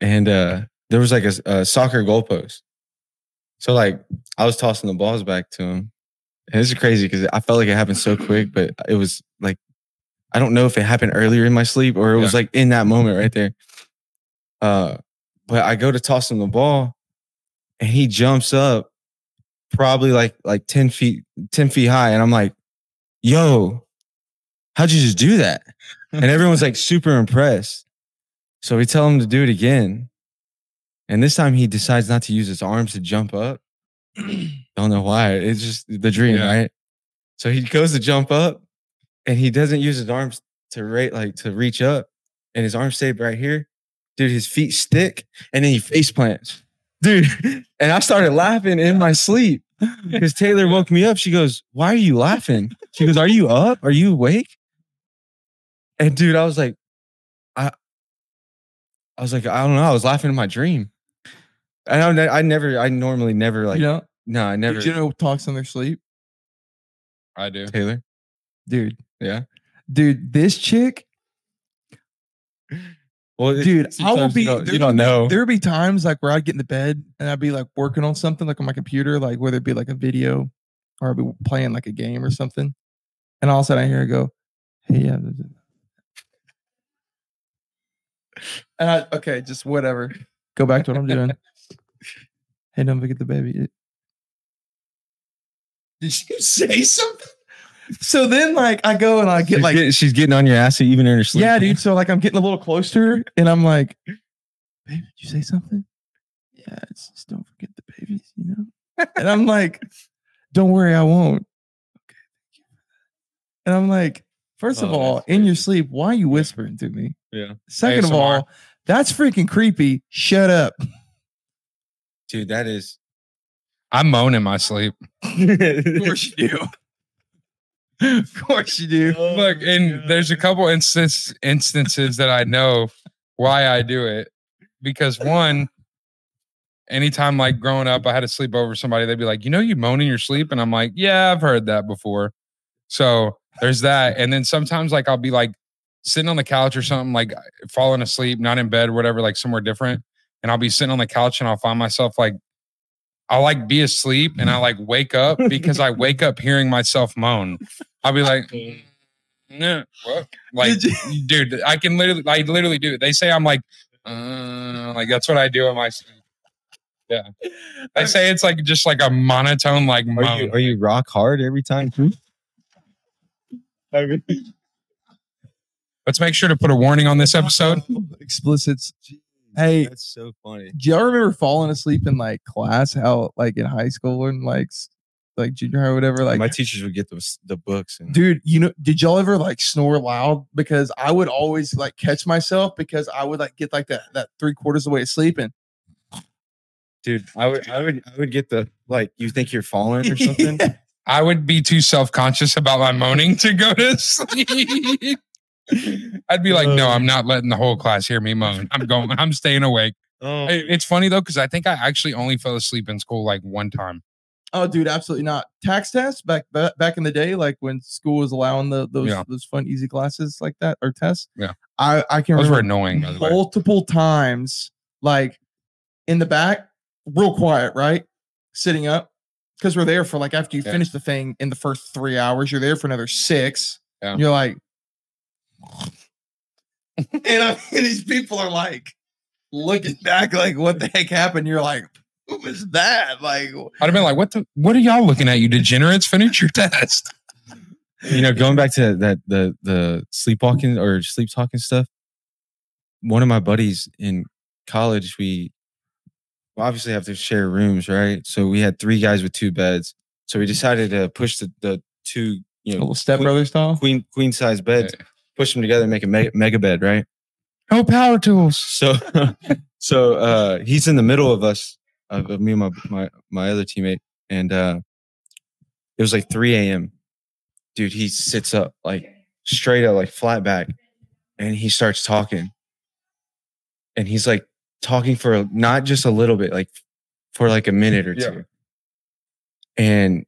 Speaker 3: And uh there was like a, s- a soccer goalpost. So like I was tossing the balls back to him. And this is crazy because I felt like it happened so quick, but it was like I don't know if it happened earlier in my sleep or it was like in that moment right there. Uh but I go to toss him the ball and he jumps up probably like like 10 feet 10 feet high and i'm like yo how'd you just do that and everyone's like super impressed so we tell him to do it again and this time he decides not to use his arms to jump up don't know why it's just the dream
Speaker 2: Yeah.
Speaker 3: right so he goes to jump up and he doesn't use his arms to rate like to reach up and his arms stay right here dude his feet stick and then he face plants dude and i started laughing in my sleep because Taylor woke me up. She goes, Why are you laughing? She goes, Are you up? Are you awake? And dude, I was like, I I was like, I don't know. I was laughing in my dream. And I, ne- I never, I normally never like,
Speaker 1: you know,
Speaker 3: no, I never.
Speaker 1: did you know talks in their sleep,
Speaker 2: I do.
Speaker 3: Taylor?
Speaker 1: dude?
Speaker 3: Yeah.
Speaker 1: Dude, this chick,
Speaker 3: Well, it-
Speaker 1: dude, I will
Speaker 3: sometimes
Speaker 1: be.
Speaker 3: You don't,
Speaker 1: there
Speaker 3: you don't know.
Speaker 1: There would be times like where I'd get in the bed and I'd be like working on something like on my computer, like whether it be like a video or I'd be playing like a game or something. And all of a sudden I hear her go, Hey, yeah. there's a-" And I, okay, just whatever. Go back to what I'm doing. hey, don't forget the baby. Did you say something? So then, like, I go and I get
Speaker 3: She's
Speaker 1: like,
Speaker 3: getting- she's getting on your ass even in her sleep.
Speaker 1: yeah, dude. So like I'm getting a little close to her and I'm like, babe, did you say something? Yeah, it's just don't forget the babies, you know? And I'm like, don't worry, I won't. And I'm like, first of
Speaker 3: Oh,
Speaker 1: all,
Speaker 3: that's
Speaker 1: in your sleep, why are you whispering to me?
Speaker 3: Yeah.
Speaker 1: Second of
Speaker 2: ASMR.
Speaker 1: all, that's freaking creepy. Shut up.
Speaker 3: Dude, that is.
Speaker 2: I moan in my sleep.
Speaker 1: you do. of course you do.
Speaker 2: Look,
Speaker 3: Oh
Speaker 2: and there's a couple instance, instances that I know why I do it because one, anytime like growing up, I had to sleep over somebody, they'd be like, "You know, you moan in your sleep," and I'm like, "Yeah, I've heard that before." So there's that, and then sometimes like I'll be like sitting on the couch or something, like falling asleep, not in bed, or whatever, like somewhere different, and I'll be sitting on the couch and I'll find myself like. I'll like be asleep and I like wake up because I wake up hearing myself moan. I'll be like, no, what? Like,
Speaker 1: Did you-
Speaker 2: dude, I can literally, I literally do it. They say I'm like, uh, like that's what I do in my sleep. Yeah, they say it's like just like a monotone, like
Speaker 3: Are you
Speaker 2: moan.
Speaker 3: are you rock hard every time? too? I mean,
Speaker 2: Let's make sure to put a warning on this episode.
Speaker 1: Explicits. Hey,
Speaker 3: that's so funny.
Speaker 1: do y'all remember falling asleep in like class? How like in high school and like s- like junior high or whatever? Like
Speaker 3: my teachers would get the the books and
Speaker 1: dude you know did y'all ever like snore loud because i would always like catch myself because i would like get like that that three quarters of the way of sleeping
Speaker 3: dude, I would I would I would get the like you think you're falling or something.
Speaker 2: I would be too self conscious about my moaning to go to sleep. I'd be like, no, I'm not letting the whole class hear me moan. I'm going. I'm staying awake.
Speaker 3: Oh,
Speaker 2: It- It's funny though because I think I actually only fell asleep in school like one time.
Speaker 1: oh dude absolutely not tax tests back ba- back in the day like when school was allowing the those
Speaker 2: Yeah.
Speaker 1: those fun easy classes like that or tests
Speaker 2: Yeah.
Speaker 1: i i can
Speaker 2: Those were
Speaker 1: remember
Speaker 2: annoying. By the way.
Speaker 1: multiple times like in the back real quiet right sitting up because we're there for like after you
Speaker 2: Yeah.
Speaker 1: finish the thing in the first three hours you're there for another six
Speaker 2: Yeah.
Speaker 1: you're like and, I mean, these people are like looking back like what the heck happened you're like who was that like
Speaker 2: I'd have been like, "What the? What are y'all looking at? You degenerates! Finish your test."
Speaker 3: you know, going back to that the the sleepwalking or sleep talking stuff. One of my buddies in college, we obviously have to share rooms, right? So we had three guys with two beds. So we decided to push the, the two, you know,
Speaker 1: stepbrother style
Speaker 3: queen queen size beds, push them together and make a mega, mega bed, right?
Speaker 2: No power tools.
Speaker 3: So so uh he's in the middle of us, of, of me and my, my my other teammate, and uh it was like 3 a.m. Dude, he sits up like straight up, like flat back, and he starts talking. And he's like talking for not just a little bit, like for like a minute or
Speaker 2: Yeah.
Speaker 3: two. And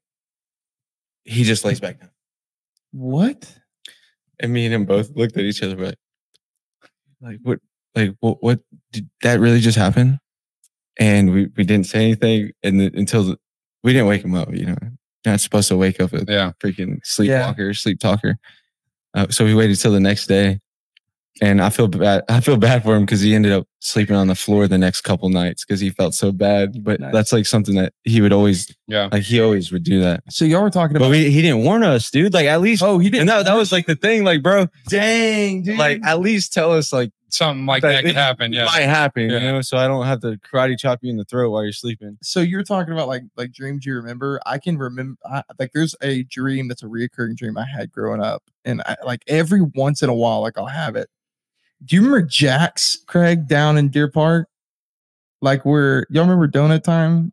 Speaker 3: he just lays back down.
Speaker 1: what
Speaker 3: And me and him both looked at each other we're like, like what, like what, what did that really just happen? And we, we didn't say anything and the, until the, we didn't wake him up. You know, not supposed to wake up a
Speaker 2: Yeah,
Speaker 3: freaking sleepwalker, sleep talker. Uh, so we waited till the next day, and I feel bad. I feel bad for him because he ended up sleeping on the floor the next couple nights because he felt so bad. But
Speaker 1: Nice.
Speaker 3: that's like something that he would always
Speaker 2: yeah.
Speaker 3: like. He always would do that.
Speaker 1: so y'all were talking
Speaker 3: But
Speaker 1: about
Speaker 3: we, he didn't warn us, dude. Like at least.
Speaker 1: oh he didn't
Speaker 3: And that, that was like the thing, like bro,
Speaker 1: dang dude
Speaker 3: like at least tell us like
Speaker 2: Something like
Speaker 3: But
Speaker 2: that could
Speaker 3: it-
Speaker 2: happen.
Speaker 3: it
Speaker 2: Yeah,
Speaker 3: might happen,
Speaker 2: Yeah.
Speaker 3: you know, so I don't have to karate chop you in the throat while you're sleeping.
Speaker 1: so you're talking about like like dreams you remember i can remember I, like there's a dream that's a reoccurring dream i had growing up and I, like every once in a while like i'll have it do you remember jack's craig down in deer park like where y'all remember donut time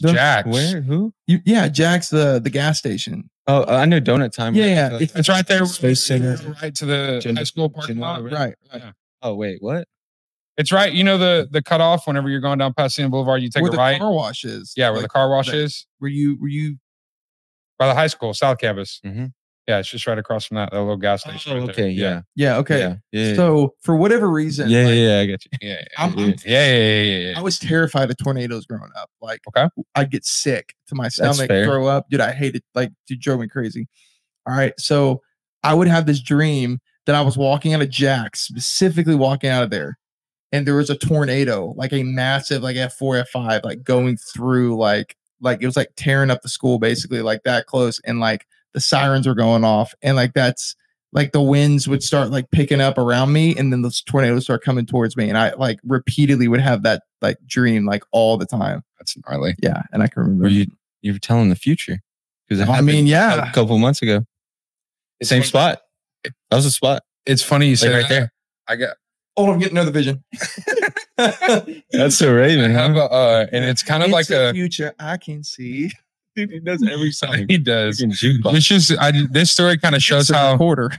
Speaker 1: Don't-
Speaker 2: Jack.
Speaker 3: Who?
Speaker 1: you, yeah jack's the the gas station
Speaker 3: Oh, I know Donut Time.
Speaker 1: Yeah, yeah.
Speaker 3: Uh,
Speaker 1: It's-
Speaker 2: It's right there.
Speaker 3: Space Center.
Speaker 2: Right to the
Speaker 3: Gen-
Speaker 2: high school parking lot.
Speaker 3: Gen-
Speaker 1: right
Speaker 3: Oh wait, what?
Speaker 2: It's right. You know the the cutoff whenever you're going down Pasadena Boulevard, you take
Speaker 1: where
Speaker 2: a
Speaker 1: the
Speaker 2: right.
Speaker 1: car wash is
Speaker 2: yeah, where
Speaker 1: like,
Speaker 2: the car wash
Speaker 1: the-
Speaker 2: is
Speaker 1: where you were you
Speaker 2: by the high school, South Campus.
Speaker 3: Mhm.
Speaker 2: Yeah, it's just right across from that, that little gas station. right there.
Speaker 3: okay, yeah,
Speaker 1: yeah okay
Speaker 3: yeah, yeah, yeah,
Speaker 1: so for whatever reason
Speaker 3: yeah,
Speaker 1: like,
Speaker 3: yeah, I got you.
Speaker 2: yeah,
Speaker 1: I'm- I'm-
Speaker 2: yeah, yeah, yeah, yeah, yeah.
Speaker 1: I was terrified of tornadoes growing up. Like,
Speaker 2: Okay.
Speaker 1: I'd get sick to my stomach,
Speaker 3: fair.
Speaker 1: throw up. Dude, I hated. Like, dude, drove me crazy. All right, so I would have this dream that I was walking out of Jack, specifically walking out of there, and there was a tornado, like a massive, like F four, F five, like going through, like, like it was like tearing up the school, basically, like that close, and like the sirens were going off, and like that's like the winds would start like picking up around me and then those tornadoes start coming towards me and i like repeatedly would have that like dream like all the time
Speaker 2: That's gnarly.
Speaker 1: yeah and i can remember
Speaker 3: Were you you were telling the future? Because
Speaker 1: i mean
Speaker 3: a
Speaker 1: yeah
Speaker 3: couple months ago, same spot. That was a spot.
Speaker 2: It's funny you said
Speaker 3: right
Speaker 2: there. I got
Speaker 1: oh i'm getting another vision
Speaker 3: That's a Raven.
Speaker 2: I have a, uh, and Uh-huh. it's kind of like
Speaker 1: Into
Speaker 2: a
Speaker 1: future i can see
Speaker 3: Dude, he knows every song.
Speaker 2: he does.
Speaker 3: Fucking jukebox.
Speaker 2: It's just I, this story kind of
Speaker 1: It's
Speaker 2: shows
Speaker 1: a
Speaker 2: how
Speaker 1: recorder.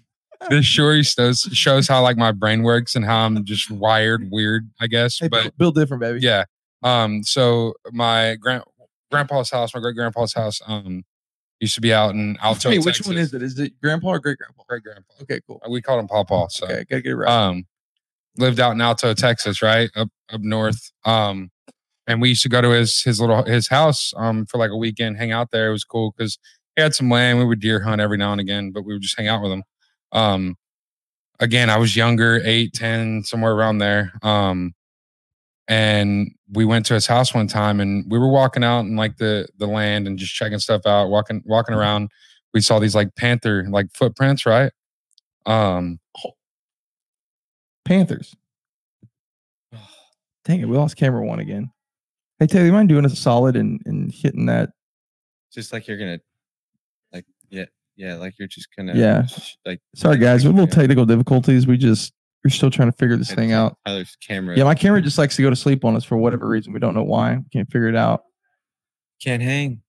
Speaker 2: this story shows shows how like my brain works and how I'm just wired weird, I guess.
Speaker 1: Hey,
Speaker 2: But
Speaker 1: Bill- Bill different, baby.
Speaker 2: yeah. Um, so my grand grandpa's house, my great grandpa's house, um, used to be out in Alto,
Speaker 1: Hey,
Speaker 2: Texas.
Speaker 1: which one is it? Is it grandpa or great grandpa?
Speaker 2: Great grandpa.
Speaker 1: Okay, cool.
Speaker 2: We called him Pawpaw. So
Speaker 1: Okay, gotta get it right.
Speaker 2: um lived out in Alto, Texas, right? Up up north. Um and we used to go to his his little his house um for like a weekend, hang out there. It was cool because he had some land. We would deer hunt every now and again, but we would just hang out with him. Um again, I was younger, eight, ten, somewhere around there. Um and we went to his house one time and we were walking out in like the the land and just checking stuff out, walking walking around. We saw these like panther like footprints, right? Um
Speaker 1: Panthers. Dang it, we lost camera one again. Hey Taylor, you mind doing us a solid and, and hitting that?
Speaker 3: just like you're gonna, like yeah, yeah, like you're just gonna
Speaker 1: Yeah.
Speaker 3: sh- like
Speaker 1: Sorry guys, we had a little
Speaker 3: Yeah.
Speaker 1: technical difficulties. We just we're still trying to figure this
Speaker 3: I
Speaker 1: thing
Speaker 3: just-
Speaker 1: out.
Speaker 3: Tyler's camera.
Speaker 1: Yeah, my camera just likes to go to sleep on us for whatever reason. We don't know why. We can't figure it out.
Speaker 3: can't hang.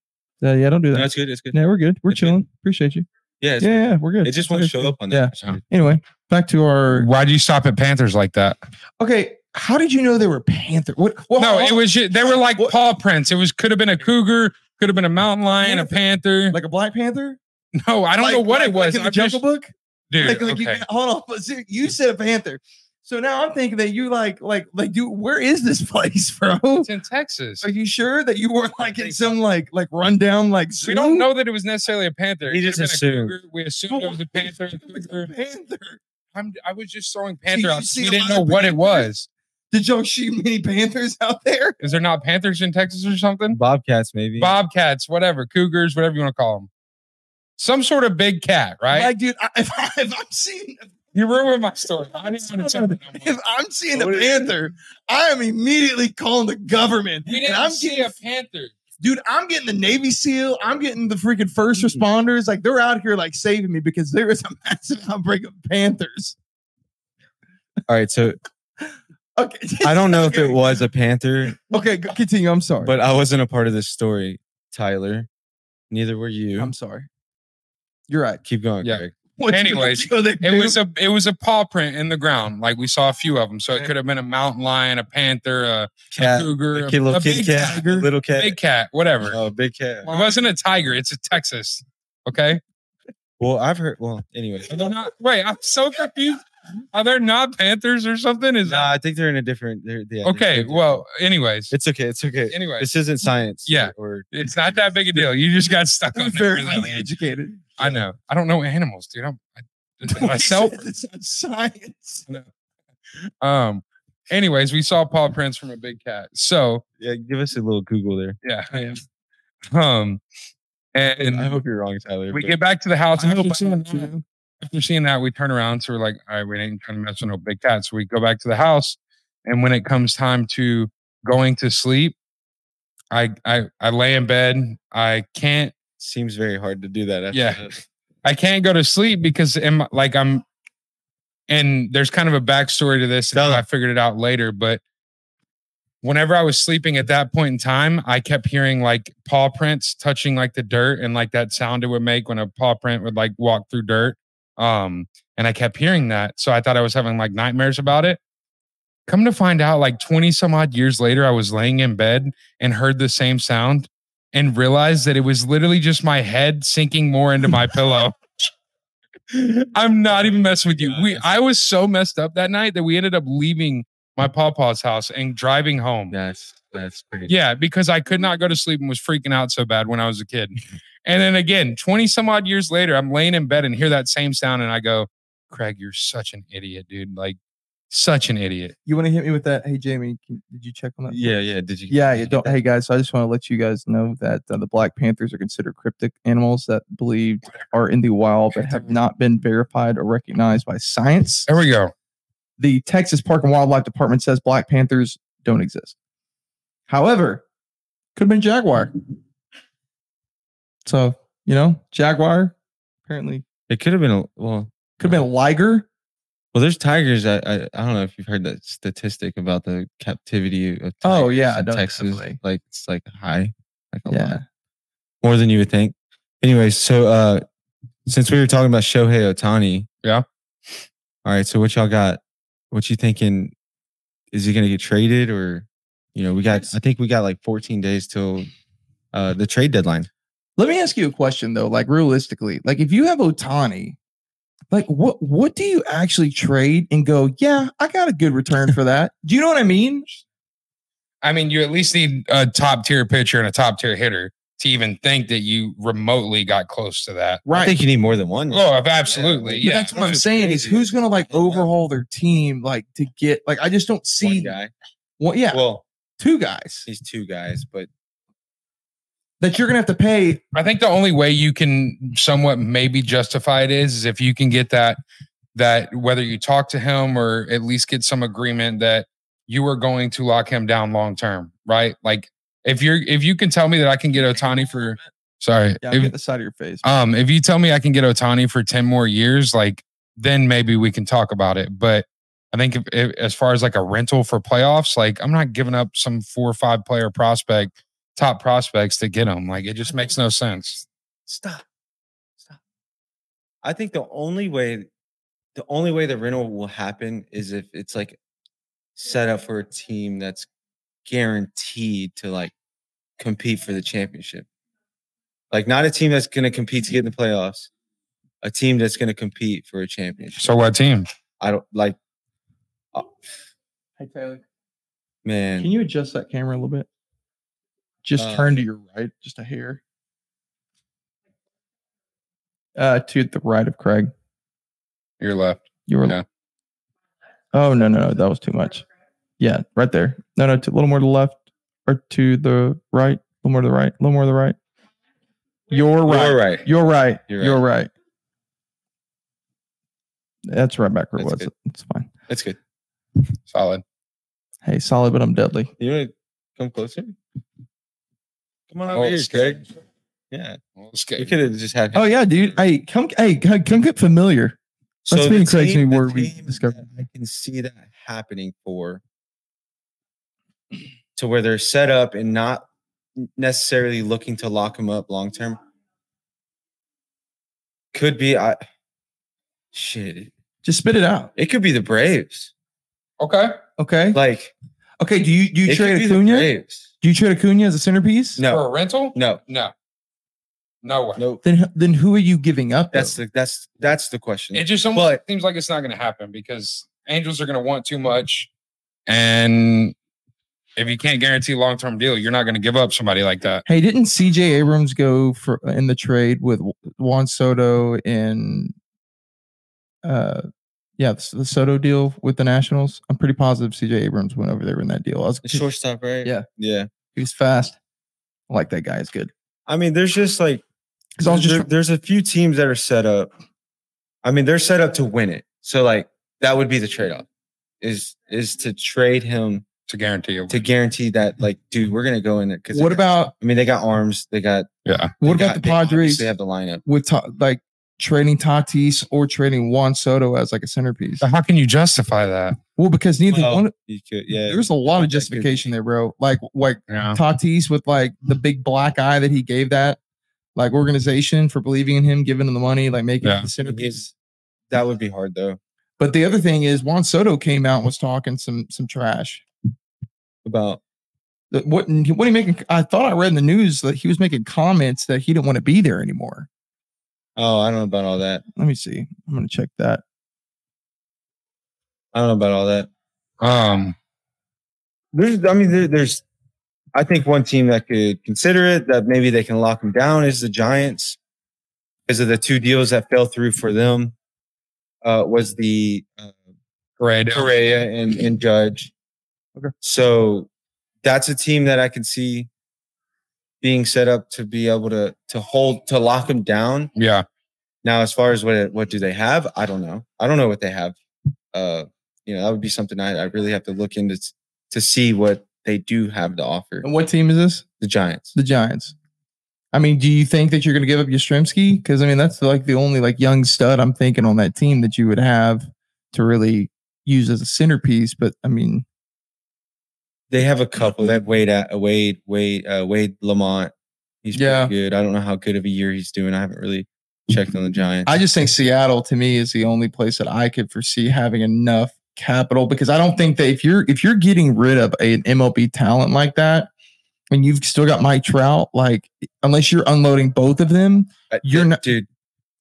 Speaker 1: Uh, yeah, don't do
Speaker 3: No,
Speaker 1: that.
Speaker 3: it's good. It's good.
Speaker 1: Yeah, we're good. We're
Speaker 3: It's good.
Speaker 1: chilling. Appreciate you.
Speaker 3: Yeah, it's,
Speaker 1: yeah, yeah, we're good.
Speaker 3: it just won't
Speaker 1: Okay.
Speaker 3: show up on
Speaker 1: Yeah.
Speaker 3: that. Yeah.
Speaker 1: Anyway, back to our.
Speaker 2: Why do you stop at Panthers like that?
Speaker 1: Okay, how did you know they were panther? What? what
Speaker 2: no, it was ju- they were like
Speaker 1: What?
Speaker 2: paw prints. It was could have been a cougar, could have been a mountain lion, a
Speaker 1: Panther.
Speaker 2: panther.
Speaker 1: like a black panther.
Speaker 2: no, I don't know
Speaker 1: Like-
Speaker 2: what
Speaker 1: like-
Speaker 2: it was.
Speaker 1: Like in the
Speaker 2: I'm
Speaker 1: Jungle
Speaker 2: just-
Speaker 1: Book.
Speaker 2: dude,
Speaker 1: like, like
Speaker 2: okay.
Speaker 1: you, hold on, but see, you said a panther. So now I'm thinking that you like, like, like, dude, where is this place, bro?
Speaker 2: it's in Texas.
Speaker 1: Are you sure that you weren't like in
Speaker 3: think-
Speaker 1: some like, like rundown like zoo?
Speaker 2: We don't know that it was necessarily a panther.
Speaker 3: He
Speaker 2: It
Speaker 3: just
Speaker 2: could have been a
Speaker 3: assumed.
Speaker 2: cougar. We assumed it was a panther. a
Speaker 1: It's
Speaker 2: cougar.
Speaker 1: a panther.
Speaker 2: I'm, I was just throwing panther
Speaker 1: you
Speaker 2: out.
Speaker 1: see
Speaker 2: We
Speaker 1: a
Speaker 2: didn't
Speaker 1: lot
Speaker 2: know
Speaker 1: of
Speaker 2: what it
Speaker 1: panthers?
Speaker 2: was.
Speaker 1: Did y'all shoot many panthers out there?
Speaker 2: Is there not panthers in Texas or something?
Speaker 3: Bobcats maybe.
Speaker 2: Bobcats, whatever, cougars, whatever you want to call them. Some sort of big cat, right?
Speaker 1: Like, dude, I, if, I, if I'm seeing,
Speaker 2: you ruined my story. I didn't want to tell it no more.
Speaker 1: if I'm seeing a
Speaker 3: What is-
Speaker 1: panther, I am immediately calling the government.
Speaker 2: We
Speaker 1: and
Speaker 2: didn't
Speaker 1: I'm
Speaker 2: see
Speaker 1: getting
Speaker 2: a panther.
Speaker 1: dude, I'm getting the Navy SEAL. I'm getting the freaking first
Speaker 3: Mm-hmm.
Speaker 1: responders. Like they're out here like saving me because there is a massive outbreak of panthers.
Speaker 3: All right, so
Speaker 1: Okay,
Speaker 3: I don't know if it
Speaker 1: okay.
Speaker 3: was a panther,
Speaker 1: Okay, go- continue. I'm sorry.
Speaker 3: but I wasn't a part of this story, Tyler. Neither were you.
Speaker 1: I'm sorry. You're right.
Speaker 3: Keep going,
Speaker 2: Yeah.
Speaker 3: Greg.
Speaker 1: What
Speaker 2: Anyways, It was a it was a paw print in the ground. Like we saw a few of them. So it could have been a mountain lion, a panther, a, a
Speaker 3: Cat,
Speaker 2: cougar, a,
Speaker 3: kid, little
Speaker 2: a
Speaker 3: kitty
Speaker 2: big
Speaker 3: cat,
Speaker 2: tiger,
Speaker 3: little cat.
Speaker 2: big cat, whatever.
Speaker 3: Oh, big cat.
Speaker 2: It wasn't a tiger. It's a Texas. Okay.
Speaker 3: Well, I've heard. Well, anyway,
Speaker 2: Are there not- wait, I'm so confused. Are there not panthers or something? Is
Speaker 3: nah, I think they're in a different. They're, yeah,
Speaker 2: that
Speaker 3: they're-
Speaker 2: okay?
Speaker 3: they're
Speaker 2: Well, anyways,
Speaker 3: different. it's okay. It's okay.
Speaker 2: Anyway.
Speaker 3: this isn't science.
Speaker 2: Yeah.
Speaker 3: Or
Speaker 2: it's not that big a deal. You just got stuck on
Speaker 1: I'm
Speaker 2: it
Speaker 1: very
Speaker 2: really.
Speaker 1: highly educated.
Speaker 2: I know. I don't know animals, dude. I'm I, myself.
Speaker 1: it's not science.
Speaker 2: Um. Anyways, we saw paw prints from a big cat. So
Speaker 3: yeah, give us a little Google there.
Speaker 2: Yeah, I am. Um, and
Speaker 3: I hope you're wrong, Tyler.
Speaker 2: Mm-hmm. we
Speaker 3: but-
Speaker 2: get back to the house.
Speaker 1: I
Speaker 2: After,
Speaker 1: hope I
Speaker 2: seeing
Speaker 1: am
Speaker 2: that,
Speaker 1: too.
Speaker 2: after seeing that, we turn around. So we're like, all right, we ain't trying to mess with no big cat. So we go back to the house. And when it comes time to going to sleep, I I, I lay in bed. I can't
Speaker 3: seems very hard to do that. After
Speaker 2: Yeah.
Speaker 3: that.
Speaker 2: I can't go to sleep because am like I'm and there's kind of a backstory to this. and
Speaker 3: Tell
Speaker 2: I
Speaker 3: it.
Speaker 2: figured it out later, but whenever I was sleeping at that point in time, I kept hearing like paw prints touching like the dirt and like that sound it would make when a paw print would like walk through dirt. Um, and I kept hearing that. So I thought I was having like nightmares about it. Come to find out, like 20 some odd years later, I was laying in bed and heard the same sound and realized that it was literally just my head sinking more into my pillow. I'm not even messing with you. We I was so messed up that night that we ended up leaving my pawpaw's house and driving home. Yeah.
Speaker 3: That's that's pretty.
Speaker 2: because I could not go to sleep and was freaking out so bad when I was a kid. And then again, 20 some odd years later, I'm laying in bed and hear that same sound and I go, "Craig, you're such an idiot, dude. Like such an idiot."
Speaker 1: You want to hit me with that? Hey, Jamie, can, did you check on that?
Speaker 3: Yeah, yeah. Did you?
Speaker 1: Yeah, you don't. Hey guys, so I just want to let you guys know that uh, the Black Panthers are considered cryptic animals that believed are in the wild but have not been verified or recognized by science.
Speaker 2: There we go.
Speaker 1: The Texas Park and Wildlife Department says Black Panthers don't exist. However, could have been jaguar. So you know, jaguar apparently
Speaker 3: It could have been a well.
Speaker 1: could have been liger.
Speaker 3: Well, there's tigers. I, I I don't know if you've heard that statistic about the captivity of
Speaker 1: Oh,
Speaker 3: tigers
Speaker 1: yeah,
Speaker 3: in
Speaker 1: no,
Speaker 3: Texas.
Speaker 1: definitely.
Speaker 3: Like it's like high, like a
Speaker 1: Yeah.
Speaker 3: lot. more than you would think. Anyway, so uh since we were talking about Shohei Otani.
Speaker 2: Yeah.
Speaker 3: All right, so what y'all got? What you thinking? Is he gonna get traded or you know, we got I think we got like 14 days till uh the trade deadline.
Speaker 1: Let me ask you a question though, like realistically, like if you have Otani, like what what do you actually trade and go, yeah, I got a good return for that? Do you know what I mean?
Speaker 2: I mean, you at least need a top tier pitcher and a top tier hitter to even think that you remotely got close to that.
Speaker 3: I think you need more than one.
Speaker 2: Oh, if absolutely.
Speaker 1: But
Speaker 2: Yeah.
Speaker 1: that's what I'm saying is who's gonna like overhaul their team like to get like I just don't
Speaker 3: One
Speaker 1: see
Speaker 3: guy.
Speaker 1: well, yeah,
Speaker 3: Well,
Speaker 1: two guys
Speaker 3: he's two guys, but
Speaker 1: that you're gonna have to pay
Speaker 2: I think the only way you can somewhat maybe justify it is, is if you can get that that whether you talk to him or at least get some agreement that you are going to lock him down long term, right? Like if you're if you can tell me that I can get Otani for sorry,
Speaker 1: yeah,
Speaker 2: if-
Speaker 1: get the side of your face.
Speaker 2: um, if you tell me I can get Otani for 10 more years, like then maybe we can talk about it. But I think if, if, as far as like a rental for playoffs, like I'm not giving up some four or five player prospect, top prospects to get them. Like it just makes no sense.
Speaker 3: stop. Stop. I think the only way the only way the rental will happen is if it's like set up for a team that's guaranteed to like compete for the championship. Like not a team that's gonna compete to get in the playoffs, a team that's gonna compete for a championship.
Speaker 2: So what team?
Speaker 3: I don't like oh,
Speaker 1: Hey Taylor,
Speaker 3: man.
Speaker 1: can you adjust that camera a little bit? Just
Speaker 3: Uh,
Speaker 1: turn to your right, just a hair. Uh to the right of Craig.
Speaker 2: Your left.
Speaker 1: You were.
Speaker 2: Yeah.
Speaker 1: Oh no no no! That was too much. Yeah, right there. No no, to, a little more to the left or to the right. A little more to the right. A little more to the right. You're right.
Speaker 3: You're right.
Speaker 1: You're right. You're
Speaker 3: You're
Speaker 1: right.
Speaker 3: right.
Speaker 1: That's right back where it
Speaker 3: That's
Speaker 1: was.
Speaker 3: good.
Speaker 1: It's fine.
Speaker 3: That's good.
Speaker 2: Solid.
Speaker 1: Hey, solid, but I'm deadly.
Speaker 3: You wanna come closer? Come on
Speaker 2: Oh,
Speaker 3: over here,
Speaker 2: it's
Speaker 3: Craig. Yeah.
Speaker 2: Well, let's get-
Speaker 3: We could have just had him.
Speaker 1: Oh yeah, dude. Hey, come. Hey, come come get familiar. Let's be
Speaker 3: the
Speaker 1: in Craig's
Speaker 3: team-
Speaker 1: new
Speaker 3: the
Speaker 1: word we
Speaker 3: team
Speaker 1: discovered.
Speaker 3: that I can see that happening for to where they're set up and not necessarily looking to lock him up long term. Could be I shit.
Speaker 1: Just spit it out.
Speaker 3: It could be the Braves.
Speaker 2: Okay.
Speaker 1: Okay.
Speaker 3: Like
Speaker 1: Okay. Do you do you
Speaker 3: it could
Speaker 1: trade
Speaker 3: be the
Speaker 1: Acuna?
Speaker 3: Braves.
Speaker 1: Do you trade Acuna as a centerpiece?
Speaker 2: For
Speaker 3: No,
Speaker 2: a rental?
Speaker 3: no,
Speaker 2: No. No way.
Speaker 3: no.
Speaker 1: Then then who are you giving up?
Speaker 3: That's
Speaker 1: though?
Speaker 3: the that's that's the question.
Speaker 2: It just almost
Speaker 3: But-
Speaker 2: seems like it's not going to happen because Angels are going to want too much, and if you can't guarantee a long term deal, you're not going to give up somebody like that.
Speaker 1: Hey, didn't C.J. Abrams go for uh, in the trade with Juan Soto in, uh, yeah, the, the Soto deal with the Nationals? I'm pretty positive C.J. Abrams went over there in that deal. I was,
Speaker 3: The shortstop, right?
Speaker 1: Yeah.
Speaker 3: Yeah.
Speaker 1: he was fast. I like that guy. He's good.
Speaker 3: I mean, there's just like
Speaker 1: He's also
Speaker 3: there-
Speaker 1: just
Speaker 3: there's a few teams that are set up. I mean, they're set up to win it. So like that would be the trade off is is to trade him
Speaker 2: To guarantee it,
Speaker 3: to guarantee that like dude we're gonna go in it because
Speaker 1: what about
Speaker 3: I mean they got arms they got they
Speaker 1: what about
Speaker 3: got-
Speaker 1: the
Speaker 3: they obviously
Speaker 1: Padres
Speaker 3: have the lineup
Speaker 1: with ta- like trading Tatis or trading Juan Soto as like a centerpiece?
Speaker 2: how can you justify that?
Speaker 1: Well, because neither
Speaker 3: Uh, Well,
Speaker 1: one.
Speaker 3: you could yeah
Speaker 1: There's a lot of
Speaker 3: that could
Speaker 1: justification
Speaker 3: be.
Speaker 1: there, bro. Like like
Speaker 2: Yeah,
Speaker 1: Tatis with like the big black eye that he gave that like organization for believing in him, giving him the money, like making
Speaker 2: Yeah.
Speaker 1: it the centerpiece.
Speaker 3: that would be hard though
Speaker 1: But the other thing is Juan Soto came out and was talking some some trash.
Speaker 3: about
Speaker 1: The- What what he making? I thought I read in the news that he was making comments that he didn't want to be there anymore.
Speaker 3: oh I don't know about all that
Speaker 1: Let me see. I'm gonna check that.
Speaker 3: I don't know about all that
Speaker 2: um,
Speaker 3: there's I mean there, there's I think one team that could consider it that maybe they can lock them down is the Giants because of the two deals that fell through for them uh, was the uh,
Speaker 2: right.
Speaker 3: Correa and, and Judge.
Speaker 1: Okay.
Speaker 3: So that's a team that I can see being set up to be able to to hold to lock them down.
Speaker 2: Yeah,
Speaker 3: Now, as far as what what do they have, I don't know. I don't know what they have. Uh, you know, that would be something I, I really have to look into s- to see what they do have to offer.
Speaker 1: And what team is this?
Speaker 3: The Giants.
Speaker 1: The Giants. I mean, do you think that you're gonna give up Yastrzemski? Because I mean, that's like the only like young stud I'm thinking on that team that you would have to really use as a centerpiece. But I mean.
Speaker 3: They have a couple. They have Wade at Wade Wade uh, Wade uh, Lamont. He's
Speaker 1: Yeah.
Speaker 3: pretty good. I don't know how good of a year he's doing. I haven't really checked on the Giants.
Speaker 1: I just think Seattle to me is the only place that I could foresee having enough capital because I don't think that if you're if you're getting rid of a- an MLB talent like that and you've still got Mike Trout, like unless you're unloading both of them,
Speaker 3: I-
Speaker 1: you're not-
Speaker 3: dude.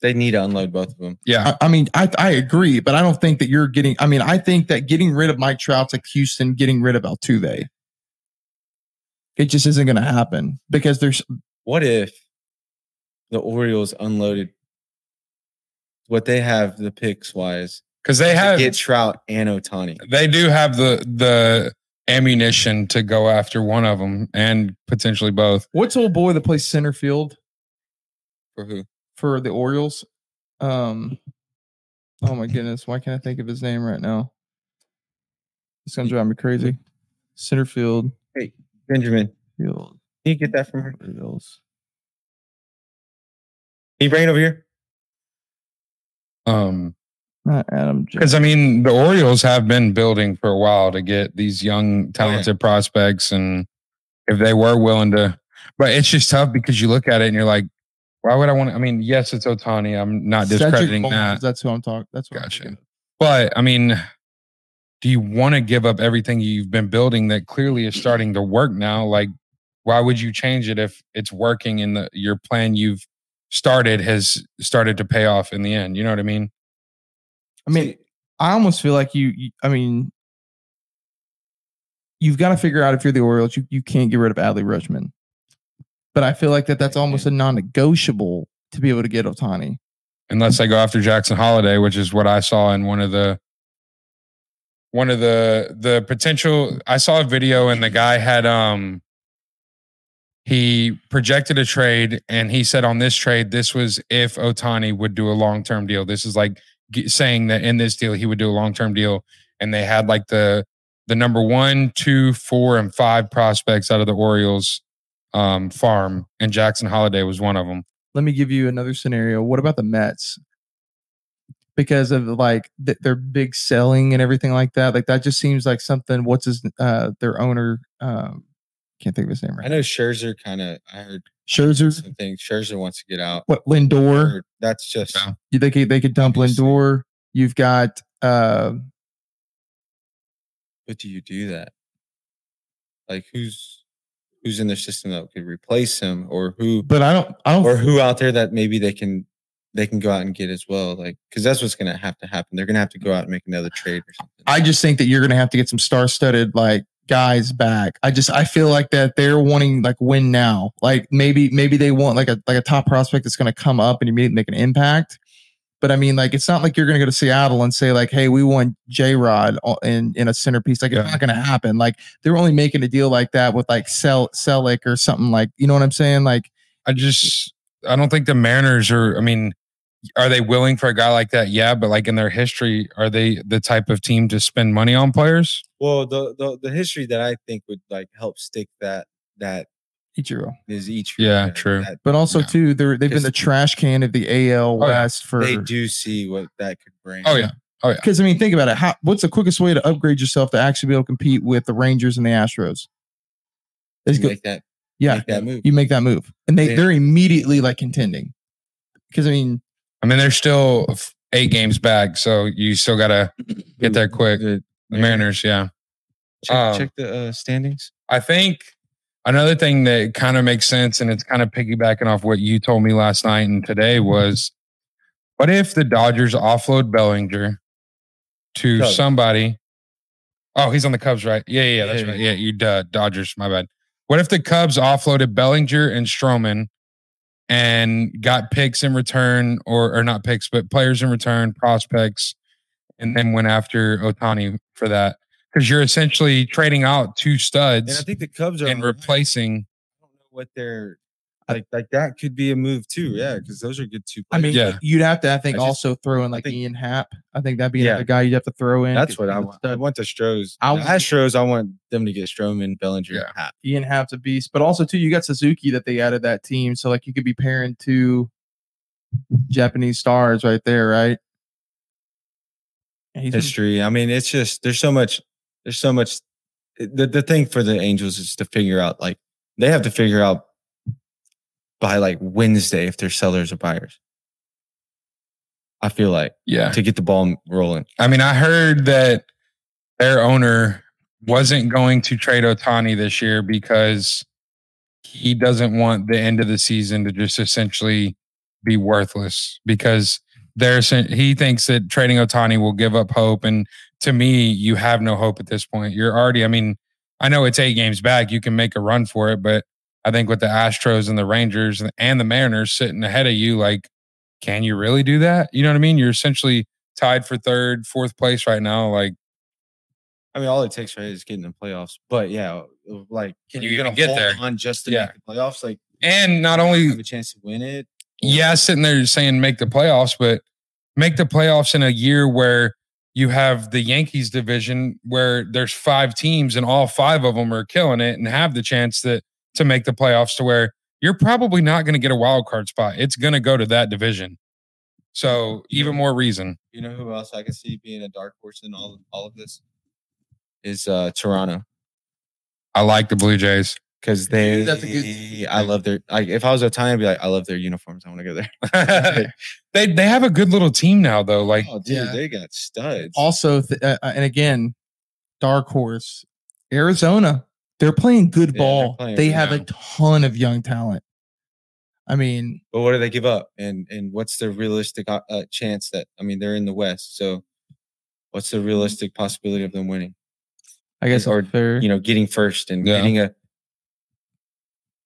Speaker 3: They need to unload both of them.
Speaker 2: Yeah.
Speaker 1: I, I mean I I agree, but I don't think that you're getting. I mean I think that getting rid of Mike Trout's like Houston getting rid of Altuve. It just isn't going to happen because there's
Speaker 3: What if the Orioles unloaded what they have the picks wise?
Speaker 2: Because they
Speaker 3: to
Speaker 2: have
Speaker 3: get Trout and Otani.
Speaker 2: they do have the the ammunition to go after one of them and potentially both.
Speaker 1: what's old boy that plays center field
Speaker 3: For who?
Speaker 1: for the Orioles. Um, oh my goodness, why can't I think of his name right now? It's gonna drive me crazy. Center field,
Speaker 3: Benjamin. Can
Speaker 1: field,
Speaker 3: you get that from her? Can
Speaker 1: Orioles.
Speaker 3: you bring it over here?
Speaker 2: Um,
Speaker 1: Not Adam. Jones.
Speaker 2: because I mean, the Orioles have been building for a while to get these young, talented prospects, and if they were willing to, but it's just tough because you look at it and you're like, why would I want? to? I mean, yes, it's Otani. I'm not
Speaker 1: Cedric
Speaker 2: discrediting
Speaker 1: Mullins,
Speaker 2: that.
Speaker 1: That's who I'm talking. That's what I'm
Speaker 2: Gotcha.
Speaker 1: thinking of.
Speaker 2: But I mean, do you want to give up everything you've been building that clearly is starting to work now? Like, why would you change it if it's working and the, your plan you've started has started to pay off in the end? You know what I mean?
Speaker 1: I mean, I almost feel like you. you I mean, you've got to figure out if you're the Orioles, you, you can't get rid of Adley Rutschman. But I feel like that that's almost a non-negotiable to be able to get Otani.
Speaker 2: Unless they go after Jackson Holiday, which is what I saw in one of the one of the the potential. I saw a video and the guy had um he projected a trade and he said on this trade this was if otani would do a long-term deal this is like g- saying that in this deal he would do a long-term deal and they had like the the number one two four and five prospects out of the orioles um, farm and jackson holiday was one of them
Speaker 1: let me give you another scenario. What about the Mets? Because of like th- their big selling and everything like that, like that just seems like something. What's his uh their owner? Um, can't think of his name
Speaker 3: I
Speaker 1: right.
Speaker 3: know Scherzer kind of. I heard
Speaker 1: Scherzer,
Speaker 3: some things. Scherzer wants to get out.
Speaker 1: what Lindor?
Speaker 3: Or That's just
Speaker 2: Yeah.
Speaker 1: They could they could dump
Speaker 3: Interesting.
Speaker 1: Lindor. You've got uh,
Speaker 3: but do you do that? Like who's who's in their system that could replace him, or who,
Speaker 1: but I don't I don't
Speaker 3: or who out there that maybe they can they can go out and get as well? Like because that's what's gonna have to happen. They're gonna have to go out and make another trade or something.
Speaker 1: I just think that you're going to have to get some star-studded like guys back. I just I feel like that they're wanting like win now. Like maybe maybe they want like a like a top prospect that's going to come up and immediately make an impact. But I mean, like it's not like you're going to go to Seattle and say like, "Hey, we want J Rod in in a centerpiece." Like
Speaker 2: Yeah.
Speaker 1: it's not going to happen. Like they're only making a deal like that with like Sel Selick or something like you know what I'm saying? Like
Speaker 2: I just I don't think the Mariners are. I mean, are they willing for a guy like that? Yeah, but like in their history, are they the type of team to spend money on players?
Speaker 3: well, the, the the history that I think would like help stick that that
Speaker 1: Ichiro.
Speaker 3: is each.
Speaker 2: Yeah, true.
Speaker 3: that
Speaker 1: But also
Speaker 2: Yeah.
Speaker 1: too, they're they've been
Speaker 3: Just-
Speaker 1: the trash can of the AL
Speaker 2: Oh, yeah.
Speaker 1: West for
Speaker 3: they do see what that could bring.
Speaker 2: Oh yeah,
Speaker 1: Because I mean, think about it. How, what's the quickest way to upgrade yourself to actually be able to compete with the Rangers and the Astros? Is
Speaker 3: You
Speaker 1: go,
Speaker 3: make that
Speaker 1: yeah,
Speaker 3: make that move.
Speaker 1: you make that move, and they
Speaker 3: Yeah.
Speaker 1: they're immediately like contending. Because I mean,
Speaker 2: I mean they're still f- eight games back, so you still gotta get there quick.
Speaker 3: The
Speaker 2: The Mariners, yeah.
Speaker 3: Check,
Speaker 2: Um,
Speaker 3: check the uh, standings.
Speaker 2: I think another thing that kind of makes sense, and it's kind of piggybacking off what you told me last night and today
Speaker 3: Mm-hmm.
Speaker 2: was, what if the Dodgers offload Bellinger to
Speaker 3: Cubs.
Speaker 2: somebody? Oh, he's on the Cubs, right? Yeah, yeah, yeah, that's
Speaker 3: Yeah.
Speaker 2: right. Yeah, you uh, Dodgers. My bad. What if the Cubs offloaded Bellinger and Stroman and got picks in return, or or not picks, but players in return, prospects, and then went after Otani for that? Because you're essentially trading out two
Speaker 3: And I
Speaker 2: studs
Speaker 3: think the Cubs are
Speaker 2: and
Speaker 3: on the rise.
Speaker 2: replacing.
Speaker 3: I don't know what they're like. Like that could be a move too. Yeah, because those are good two.
Speaker 1: I mean,
Speaker 2: Yeah.
Speaker 1: you'd have to, I think,
Speaker 3: I just-
Speaker 1: also throw in like
Speaker 3: think-
Speaker 1: Ian Happ. I think that'd be
Speaker 3: Yeah.
Speaker 1: another guy you'd have to throw in.
Speaker 3: that's
Speaker 1: 'cause
Speaker 3: what I
Speaker 1: he's a
Speaker 3: want. I
Speaker 1: stud.
Speaker 3: want the Stros.
Speaker 1: I
Speaker 3: I
Speaker 1: was-
Speaker 3: Astros. I want them to get Stroman, Bellinger,
Speaker 2: Yeah.
Speaker 3: Happ.
Speaker 1: Ian Happ's a beast, but also too, you got Suzuki that they added that team, so like you could be pairing two Japanese stars right there, right? And he's been-
Speaker 3: history. I mean, it's just there's so much. There's so much. eh, The the thing for the Angels is to figure out like they have to figure out by like Wednesday if there's sellers or buyers. I feel like
Speaker 2: Yeah.
Speaker 3: to get the ball rolling.
Speaker 2: I mean, I heard that their owner wasn't going to trade Otani this year because he doesn't want the end of the season to just essentially be worthless because there's he thinks that trading Otani will give up hope. And to me, you have no hope at this point. You're already, I mean, I know it's eight games back. You can make a run for it, but I think with the Astros and the Rangers and- and the Mariners sitting ahead of you, like, can you really do that? You know what I mean? You're essentially tied for third, fourth place right now. Like,
Speaker 3: I mean, all it takes right is getting the playoffs. But yeah, uh, like
Speaker 2: Can
Speaker 3: are
Speaker 2: you
Speaker 3: gonna
Speaker 2: even get
Speaker 3: hold
Speaker 2: there?
Speaker 3: on just to
Speaker 2: Yeah.
Speaker 3: make the playoffs? Like
Speaker 2: and not
Speaker 3: have
Speaker 2: only,
Speaker 3: a chance to win it.
Speaker 2: yeah, sitting there saying make the playoffs, but make the playoffs in a year where you have the Yankees division where there's five teams and all five of them are killing it and have the chance that to make the playoffs to where you're probably not going to get a wild card spot. It's going to go to that division. So even more reason.
Speaker 3: You know who else I can see being a dark horse in all all of this is uh Toronto
Speaker 2: I like the Blue Jays.
Speaker 3: because they.
Speaker 1: that's a good-
Speaker 3: I love their. Like, if I was Italian, I'd be like, I love their uniforms. I want to go there.
Speaker 2: they they have a good little team now though. Like
Speaker 3: oh, dude,
Speaker 1: yeah.
Speaker 3: they got studs.
Speaker 1: Also, th- uh, uh, and again, dark horse, Arizona. They're playing good
Speaker 3: Yeah, they're
Speaker 1: ball.
Speaker 3: playing
Speaker 1: they
Speaker 3: good
Speaker 1: have a
Speaker 2: now.
Speaker 1: ton of young talent. I mean,
Speaker 3: but what do they give up? And and what's their realistic uh, uh, chance that I mean they're in the West, so what's
Speaker 2: Mm-hmm.
Speaker 3: the realistic possibility of them winning?
Speaker 1: I guess
Speaker 3: Or,
Speaker 1: or fair.
Speaker 3: You know, getting first and
Speaker 2: Yeah.
Speaker 3: getting a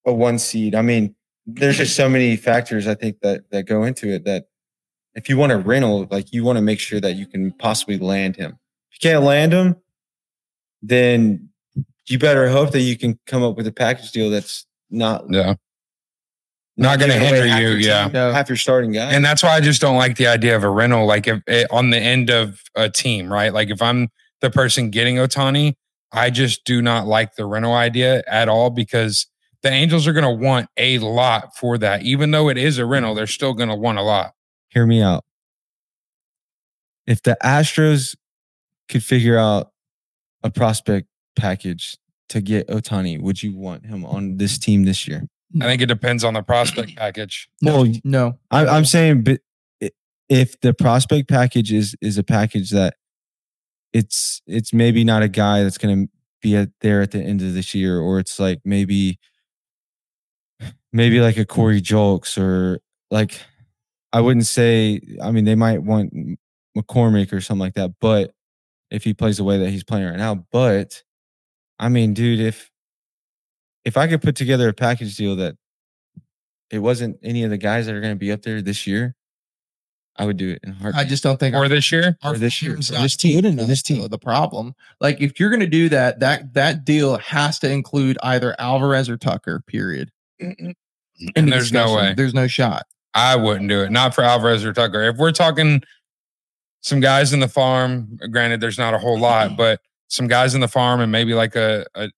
Speaker 3: a one seed. I mean, there's just so many factors I think that that go into it that if you want a rental, like you want to make sure that you can possibly land him. If you can't land him, then you better hope that you can come up with a package deal that's not
Speaker 2: yeah. Not gonna
Speaker 3: giving away
Speaker 2: hinder
Speaker 3: half
Speaker 2: you,
Speaker 3: your
Speaker 2: yeah.
Speaker 3: team, half your starting guy.
Speaker 2: and that's why I just don't like the idea of a rental, like if, eh, on the end of a team, right? Like if I'm the person getting Otani, I just do not like the rental idea at all because the Angels are going to want a lot for that, even though it is a rental, they're still going to want a lot.
Speaker 3: hear me out. If the Astros could figure out a prospect package to get Otani, would you want him on this team this year?
Speaker 2: I think it depends on the prospect package.
Speaker 1: no,
Speaker 3: well,
Speaker 1: no.
Speaker 3: I, I'm saying, but i- if the prospect package is is a package that it's it's maybe not a guy that's going to be at, there at the end of this year, or it's like maybe maybe like a Corey Jolks or like I wouldn't say. I mean, they might want M- McCormick or something like that, but if he plays the way that he's playing right now, but I mean, dude, if if I could put together a package deal that it wasn't any of the guys that are going to be up there this year, I would do it in a heartbeat.
Speaker 1: I just don't think
Speaker 2: Or this year,
Speaker 1: our
Speaker 3: for this year,
Speaker 1: farm's
Speaker 3: for
Speaker 1: not
Speaker 3: this team,
Speaker 1: good
Speaker 3: for
Speaker 1: enough,
Speaker 3: this team.
Speaker 1: though, the problem, like if you're going to do that, that that deal has to include either Alvarez or Tucker. Period. End of
Speaker 2: there's no
Speaker 1: discussion.
Speaker 2: way.
Speaker 1: There's no shot.
Speaker 2: I wouldn't do it. Not for Alvarez or Tucker. If we're talking some guys in the farm, granted, there's not a whole lot, but some guys in the farm and maybe like a a,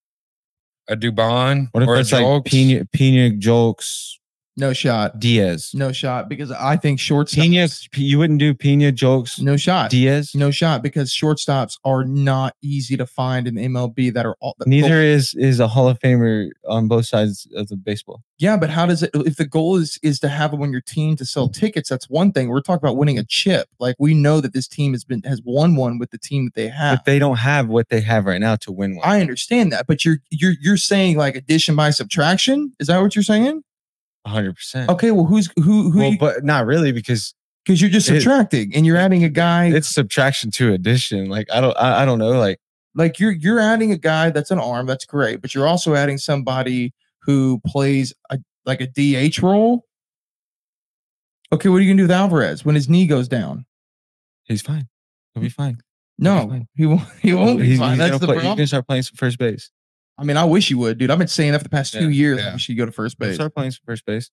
Speaker 2: a Dubon
Speaker 3: what if
Speaker 2: or a
Speaker 3: it's like
Speaker 2: Jolks.
Speaker 3: Pena, Pena, Jolks,
Speaker 1: No shot.
Speaker 3: Diaz?
Speaker 1: Uh, No shot because I think shortstop.
Speaker 3: Pena, you wouldn't do Pena, Jolks,
Speaker 1: No shot.
Speaker 3: Diaz.
Speaker 1: no shot because shortstops are not easy to find in MLB that are all the
Speaker 3: Neither is is a Hall of Famer on both sides of the baseball.
Speaker 1: yeah, but how does it if the goal is is to have them on your team to sell tickets, that's one thing. We're talking about winning a chip. Like we know that this team has been has won one with the team that they have.
Speaker 3: But they don't have what they have right now to win one.
Speaker 1: I understand that, but you're you're you're saying like addition by subtraction? Is that what you're saying?
Speaker 3: 100%.
Speaker 1: Okay, well who's who who
Speaker 3: Well, but not really because
Speaker 1: because you, are just
Speaker 3: it-
Speaker 1: subtracting and you're adding a guy
Speaker 3: it's subtraction to addition. Like I don't, I, I don't know. Like
Speaker 1: like you're you're adding a guy that's an arm that's great but you're also adding somebody who plays a like a dh role okay what are you gonna do with alvarez when his knee goes down
Speaker 3: he's fine. He'll be fine.
Speaker 1: no he won't he won't be
Speaker 3: he's,
Speaker 1: fine
Speaker 3: he's
Speaker 1: that's
Speaker 3: gonna
Speaker 1: the
Speaker 3: play- He's
Speaker 1: problem
Speaker 3: gonna start playing some first base.
Speaker 1: i mean i wish you would dude i've been saying that for the past two
Speaker 3: Yeah,
Speaker 1: years
Speaker 2: yeah.
Speaker 1: you should go to first
Speaker 3: He'll
Speaker 1: base
Speaker 3: Start playing some first base.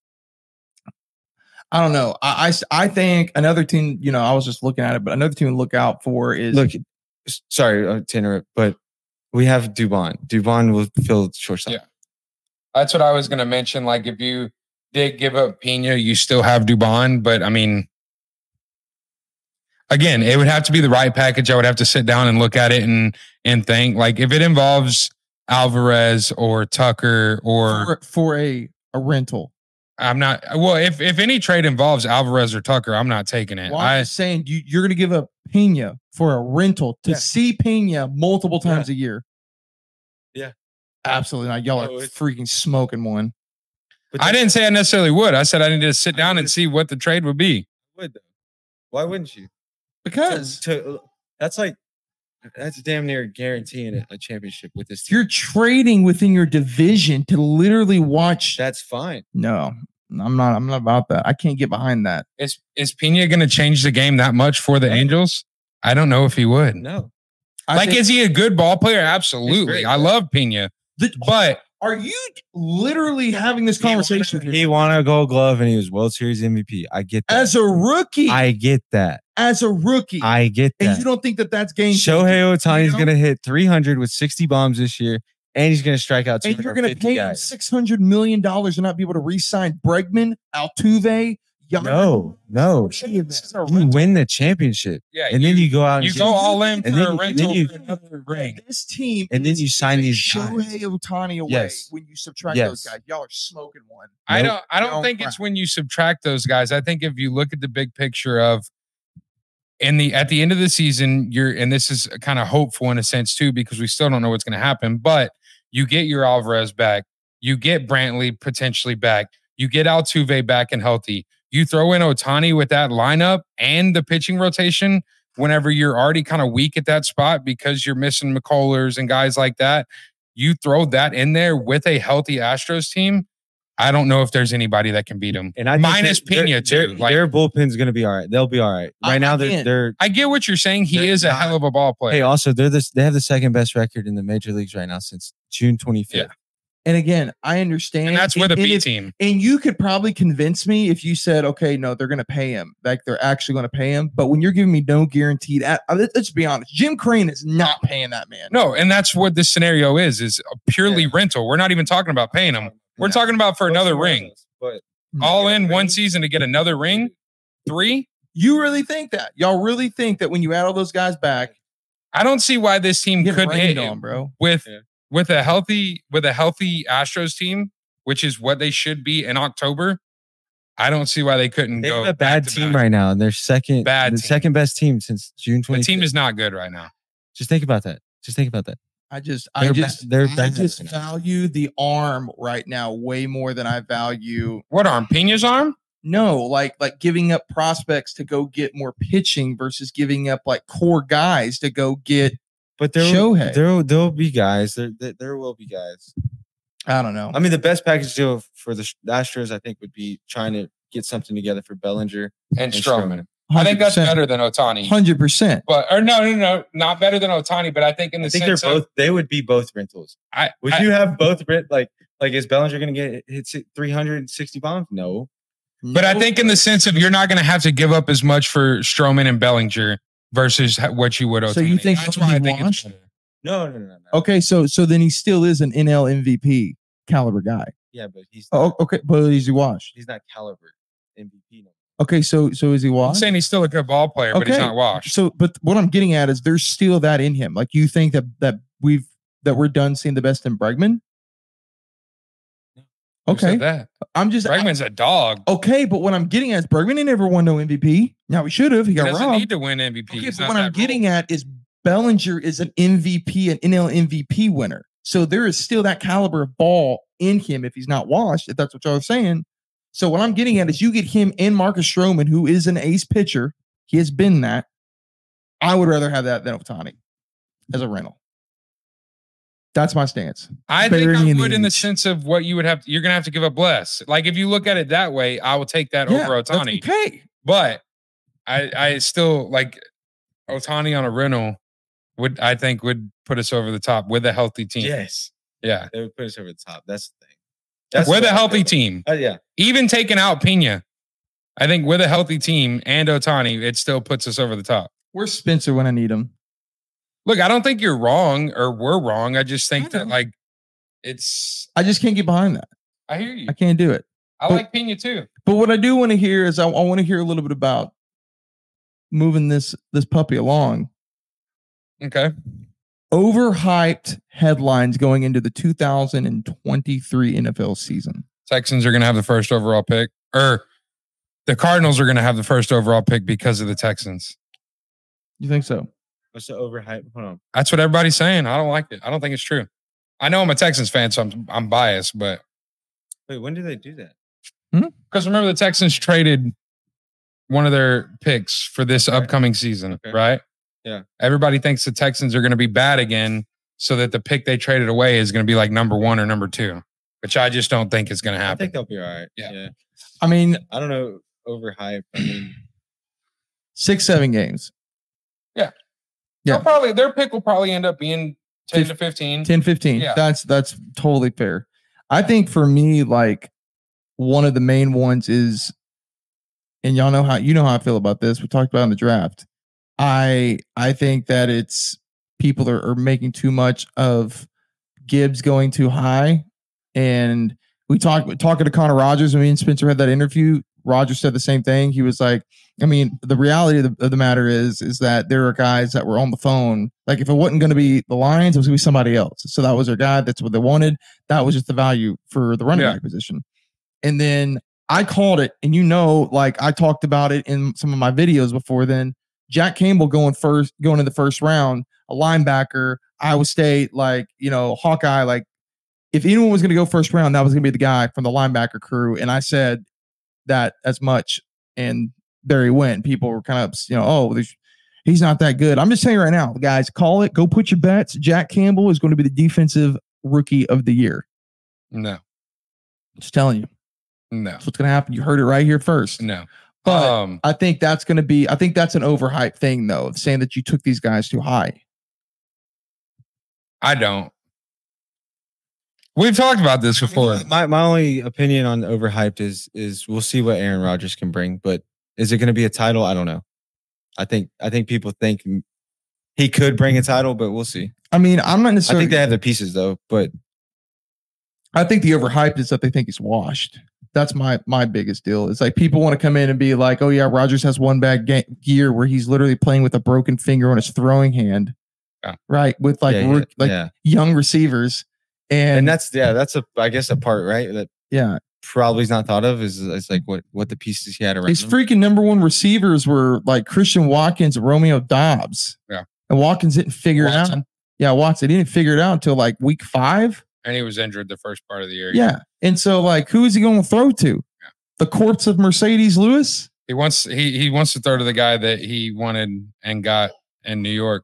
Speaker 1: i don't know I, I s- I think another team you know i was just looking at it but another team to look out for is
Speaker 3: Look, s- sorry uh, to interrupt, but we have Dubon. Dubon will fill shortstop.
Speaker 2: Yeah. That's what I was going to mention. Like if you did give up Pena, you still have Dubon. But I mean, again, it would have to be the right package. I would have to sit down and look at it and and think. Like if it involves Alvarez or Tucker or
Speaker 1: for, for a a rental
Speaker 2: I'm not. Well, if if any trade involves Alvarez or Tucker, I'm not taking it.
Speaker 1: Well, I'm
Speaker 2: I
Speaker 1: just saying you, you're going to give up Pena for a rental to
Speaker 3: Yeah.
Speaker 1: see Pena multiple
Speaker 3: Yeah.
Speaker 1: times a year.
Speaker 3: Yeah.
Speaker 1: absolutely not. Y'all are
Speaker 3: Oh, it's-
Speaker 1: freaking smoking one.
Speaker 3: But
Speaker 2: I
Speaker 3: that's-
Speaker 2: didn't say I necessarily would. I said I needed to sit
Speaker 3: I
Speaker 2: down and
Speaker 3: would.
Speaker 2: see what the trade would be.
Speaker 3: would though. Why wouldn't you? To-
Speaker 1: Because
Speaker 3: to- uh, that's like that's damn near guaranteeing a, a championship with this team.
Speaker 1: you're trading within your division to literally watch.
Speaker 3: That's fine.
Speaker 1: No, I'm not. I'm not about that. I can't get behind that.
Speaker 2: Is is Pena going to change the game that much for the Angels? I don't know if he would.
Speaker 3: No.
Speaker 1: I
Speaker 2: like,
Speaker 1: think-
Speaker 2: is he a good ball player? Absolutely.
Speaker 3: great,
Speaker 2: I love Pena,
Speaker 1: the-
Speaker 2: but
Speaker 1: are you literally having this conversation with your
Speaker 3: He won a gold glove and he was World Series MVP. I get that.
Speaker 1: as a rookie?
Speaker 3: I get that.
Speaker 1: as a rookie,
Speaker 3: I get
Speaker 1: and you
Speaker 3: that.
Speaker 1: don't think that that's game changing?
Speaker 3: Shohei Otani's
Speaker 1: you know?
Speaker 3: going to hit 300 with 60 bombs this year, and he's going to strike out
Speaker 1: and you're going to
Speaker 3: 250
Speaker 1: pay him
Speaker 3: guys.
Speaker 1: six hundred million dollars and not be able to re-sign Bregman, Altuve, Yonder.
Speaker 3: No, no.
Speaker 1: This is a
Speaker 3: You
Speaker 1: rental.
Speaker 3: win the championship,
Speaker 2: yeah,
Speaker 3: and then you go out and
Speaker 2: you
Speaker 3: get-
Speaker 2: go all in for
Speaker 3: and then
Speaker 2: a
Speaker 3: you- and
Speaker 2: rental
Speaker 3: then you-
Speaker 2: for another ring.
Speaker 1: This team,
Speaker 3: and then
Speaker 1: is
Speaker 3: you sign these
Speaker 1: Shohei
Speaker 3: guys.
Speaker 1: Otani away
Speaker 3: Yes.
Speaker 1: when you subtract those
Speaker 3: Yes.
Speaker 1: guys. Y'all are smoking one.
Speaker 2: I
Speaker 3: Nope.
Speaker 2: don't. I don't
Speaker 1: Don't
Speaker 2: think
Speaker 1: cry.
Speaker 2: it's when you subtract those guys. I think if you look at the big picture of, in the at the end of the season, you're and this is kind of hopeful in a sense too because we still don't know what's going to happen. But you get your Alvarez back, you get Brantley potentially back, you get Altuve back and healthy. You throw in Otani with that lineup and the pitching rotation. Whenever you're already kind of weak at that spot because you're missing McCullers and guys like that, you throw that in there with a healthy Astros team. I don't know if there's anybody that can beat him.
Speaker 3: And I think
Speaker 2: Minus
Speaker 3: that their-
Speaker 2: Pena,
Speaker 3: their-
Speaker 2: too, like-
Speaker 3: their bullpen's going to be all right. They'll be all right.
Speaker 1: I-
Speaker 3: Right now,
Speaker 1: I
Speaker 3: they're,
Speaker 1: can't-
Speaker 3: they're
Speaker 2: I get what you're saying. He
Speaker 3: They're
Speaker 2: is a
Speaker 3: not-
Speaker 2: hell of a ball
Speaker 3: Hey,
Speaker 2: player.
Speaker 3: also they're this they have the second best record in the major leagues right now since June 25th.
Speaker 2: Yeah.
Speaker 1: And again, I understand,
Speaker 2: and that's with a
Speaker 1: and
Speaker 2: B
Speaker 1: if-
Speaker 2: team.
Speaker 1: And you could probably convince me if you said, okay, no, they're going to pay him. Like they're actually going to pay him. But when you're giving me no guaranteed, at, uh, let- let's be honest, Jim Crane is not paying that man.
Speaker 2: No, and that's what this scenario is, is a purely rental. We're not even talking about paying him. We're
Speaker 1: No.
Speaker 2: talking about for another ring.
Speaker 3: But
Speaker 2: All in one
Speaker 3: Ring.
Speaker 2: season to get another ring. Three.
Speaker 1: You really think that? Y'all really think that when you add all those guys back,
Speaker 2: I don't see why this team
Speaker 1: you get
Speaker 2: couldn't hit
Speaker 1: rained
Speaker 2: him
Speaker 1: on, bro?
Speaker 2: with
Speaker 3: Yeah.
Speaker 2: with a healthy with a healthy Astros team, which is what they should be in October. I don't see why they couldn't
Speaker 3: they
Speaker 2: go.
Speaker 3: have a bad
Speaker 2: back to
Speaker 3: team
Speaker 2: back.
Speaker 3: right now, and they're second
Speaker 2: Bad
Speaker 3: the
Speaker 2: team.
Speaker 3: second best team since June 25th.
Speaker 2: The team is not good right now.
Speaker 3: just think about that. Just think about that.
Speaker 1: I just, I
Speaker 3: They're ba-
Speaker 1: just,
Speaker 3: they're
Speaker 1: I
Speaker 3: bad
Speaker 1: just
Speaker 3: right now.
Speaker 1: value the arm right now way more than I value
Speaker 2: What arm? Pena's arm?
Speaker 1: no, like like giving up prospects to go get more pitching versus giving up like core guys to go get.
Speaker 3: But there
Speaker 1: Shohei.
Speaker 3: there there'll be guys. There, there there will be guys.
Speaker 1: I don't know.
Speaker 3: I mean, the best package deal for the Astros, I think, would be trying to get something together for Bellinger
Speaker 2: And
Speaker 3: and
Speaker 2: Stroman.
Speaker 3: Stroman.
Speaker 2: I think that's better than Otani.
Speaker 1: Hundred percent.
Speaker 2: But or no, no, no, not better than Otani. But I think in the
Speaker 3: I think they're
Speaker 2: sense of-
Speaker 3: both. They would be both rentals.
Speaker 2: I,
Speaker 3: Would
Speaker 2: I-
Speaker 3: you have both rent? Like like is Bellinger going to get hit 360 bombs? No.
Speaker 2: but I think in the sense of you're not going to have to give up as much for Stroman and Bellinger versus h- what you would Otani.
Speaker 1: So you think
Speaker 2: that's
Speaker 1: he'll
Speaker 2: why
Speaker 1: be
Speaker 2: I think it's
Speaker 1: washed?
Speaker 2: better.
Speaker 3: No, no, no, no. no.
Speaker 1: Okay, so so then he still is an NL MVP caliber guy.
Speaker 3: Yeah, but he's
Speaker 1: Oh, okay, but is he washed?
Speaker 3: he's not caliber MVP. No.
Speaker 1: Okay, so so is he
Speaker 2: I'm
Speaker 1: washed?
Speaker 2: saying he's still a good ball player, but he's
Speaker 1: Okay.
Speaker 2: not washed.
Speaker 1: So, but what I'm getting at is there's still that in him. Like you think that that we've that we're done seeing the best in Bregman.
Speaker 2: Who said
Speaker 1: Okay,
Speaker 2: that
Speaker 1: I'm just
Speaker 2: Bregman's a dog.
Speaker 1: okay, but what I'm getting at is Bregman ain't never won no MVP. Now he should have. He
Speaker 2: He
Speaker 1: got
Speaker 2: doesn't
Speaker 1: robbed.
Speaker 2: need to win MVP.
Speaker 1: Okay,
Speaker 2: He's
Speaker 1: but
Speaker 2: not
Speaker 1: what
Speaker 2: that
Speaker 1: I'm getting
Speaker 2: role.
Speaker 1: at is Bellinger is an MVP, an NL MVP winner. So there is still that caliber of ball in him if he's not washed, if that's what y'all are saying. So what I'm getting at is you get him and Marcus Stroman, who is an ace pitcher. He has been that. I would rather have that than Otani as a rental. That's my stance.
Speaker 2: I think
Speaker 1: burying
Speaker 2: I
Speaker 1: in the
Speaker 2: would in the
Speaker 1: inch.
Speaker 2: sense of what you would have. you're going to have to give up less. Like if you look at it that way, I will take that over
Speaker 1: that's
Speaker 2: Otani.
Speaker 1: Okay.
Speaker 2: But I I still like Otani on a rental would I think would put us over the top with a healthy team.
Speaker 3: Yes,
Speaker 2: Yeah.
Speaker 3: they would put us over the top. That's the thing.
Speaker 2: with
Speaker 3: what
Speaker 2: a
Speaker 3: I
Speaker 2: healthy
Speaker 3: feel.
Speaker 2: team.
Speaker 3: Uh, yeah,
Speaker 2: Even taking out Pena. I think with a healthy team and Otani, it still puts us over the top.
Speaker 1: Where's Spencer when I need him?
Speaker 2: Look, I don't think you're wrong or we're wrong. I just think
Speaker 1: I
Speaker 2: that
Speaker 1: know.
Speaker 2: like it's
Speaker 1: I just can't get behind that.
Speaker 2: I hear you.
Speaker 1: I can't do it.
Speaker 2: I
Speaker 1: but-
Speaker 2: like Pena too.
Speaker 1: But what I do want to hear is I, I want to hear a little bit about moving this this puppy along.
Speaker 2: Okay.
Speaker 1: Overhyped headlines going into the 2023 NFL season.
Speaker 2: Texans are going to have the first overall pick, or the Cardinals are going to have the first overall pick because of the Texans.
Speaker 1: You think so?
Speaker 3: What's the overhype? Hold on.
Speaker 2: That's what everybody's saying. I don't like it. I don't think it's true. I know I'm a Texans fan, so I'm I'm biased, but
Speaker 3: Wait, when do they do that?
Speaker 2: because remember the Texans traded one of their picks for this
Speaker 3: Right.
Speaker 2: upcoming season,
Speaker 3: Okay.
Speaker 2: right?
Speaker 3: Yeah.
Speaker 2: Everybody thinks the Texans are going to be bad again, so that the pick they traded away is going to be like number one or number two, which I just don't think is going to
Speaker 3: I
Speaker 2: happen.
Speaker 3: think they'll be all right.
Speaker 2: Yeah.
Speaker 1: I mean,
Speaker 3: I don't know. Overhype. I mean,
Speaker 1: six, seven games,
Speaker 2: They'll
Speaker 1: Yeah.
Speaker 2: probably their pick will probably end up being ten
Speaker 1: Fif-
Speaker 2: to fifteen.
Speaker 1: 10, 15.
Speaker 2: Yeah.
Speaker 1: That's that's totally fair. I think for me, like one of the main ones is, and y'all know how you know how I feel about this. We talked about it in the draft. I I think that it's people are, are making too much of Gibbs going too high. And we talked talking to Connor Rogers, and me and Spencer had that interview. Rogers said the same thing. He was like, I mean, the reality of the, of the matter is, is that there are guys that were on the phone. Like, if it wasn't going to be the Lions, it was going to be somebody else. So that was their guy. That's what they wanted. That was just the value for the running
Speaker 2: Yeah.
Speaker 1: back position. And then I called it, and you know, like I talked about it in some of my videos before. Then Jack Campbell going first, going in the first round, a linebacker, Iowa State, like you know, Hawkeye, like if anyone was going to go first round, that was going to be the guy from the linebacker crew. And I said that as much. And there he went. People were kind of, you know, oh, there's- he's not that good. I'm just saying right now, guys, call it. Go put your bets. Jack Campbell is going to be the defensive rookie of the year.
Speaker 2: No,
Speaker 1: Just telling you.
Speaker 2: no,
Speaker 1: That's what's going to happen. You heard it right here first.
Speaker 2: no.
Speaker 1: But
Speaker 3: uh,
Speaker 2: um,
Speaker 1: I think that's going to be, I think that's an overhyped thing, though, of saying that you took these guys too high.
Speaker 2: I don't. We've talked about this before.
Speaker 3: my my only opinion on overhyped is is we'll see what Aaron Rodgers can bring, but is it going to be a title? I don't know. I think I think people think he could bring a title, but we'll see.
Speaker 1: I mean, I'm not
Speaker 3: I
Speaker 1: necessarily,
Speaker 3: think they have the pieces though, but
Speaker 1: I think the overhyped is that they think he's washed. That's my my biggest deal. It's like people want to come in and be like, "Oh yeah, Rogers has one bad ga- year where he's literally playing with a broken finger on his throwing hand."
Speaker 2: Yeah.
Speaker 1: Right, with like
Speaker 3: yeah,
Speaker 1: rook-
Speaker 3: yeah,
Speaker 1: like
Speaker 3: yeah.
Speaker 1: young receivers, and,
Speaker 3: and that's yeah, that's a I guess a part right that
Speaker 1: yeah,
Speaker 3: probably is not thought of is is like what what the pieces he had around.
Speaker 1: his
Speaker 3: him.
Speaker 1: freaking number one receivers were like Christian Watkins and Romeo Dobbs.
Speaker 2: Yeah.
Speaker 1: and Watkins didn't figure it out.
Speaker 2: Watson.
Speaker 1: Yeah, Watson he didn't figure it out until like week five.
Speaker 2: And he was injured the first part of the year.
Speaker 1: Yeah, and so like, who is he going to throw to? The corpse of Mercedes Lewis.
Speaker 2: He wants he he wants to throw to the guy that he wanted and got in New York.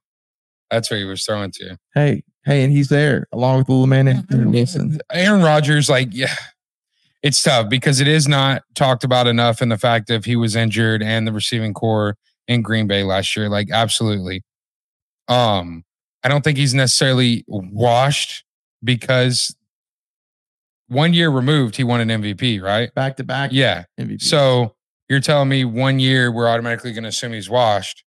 Speaker 2: That's what he was throwing to.
Speaker 1: hey, hey, and he's there along with the little man named Peter Wilson.
Speaker 2: Aaron Rodgers, like, yeah, it's tough because it is not talked about enough in the fact of he was injured and the receiving core in Green Bay last year. Like, absolutely. Um, I don't think he's necessarily washed because one year removed, he won an MVP, right?
Speaker 1: Back to back
Speaker 2: Yeah.
Speaker 1: MVP.
Speaker 2: So you're telling me one year we're automatically going to assume he's washed.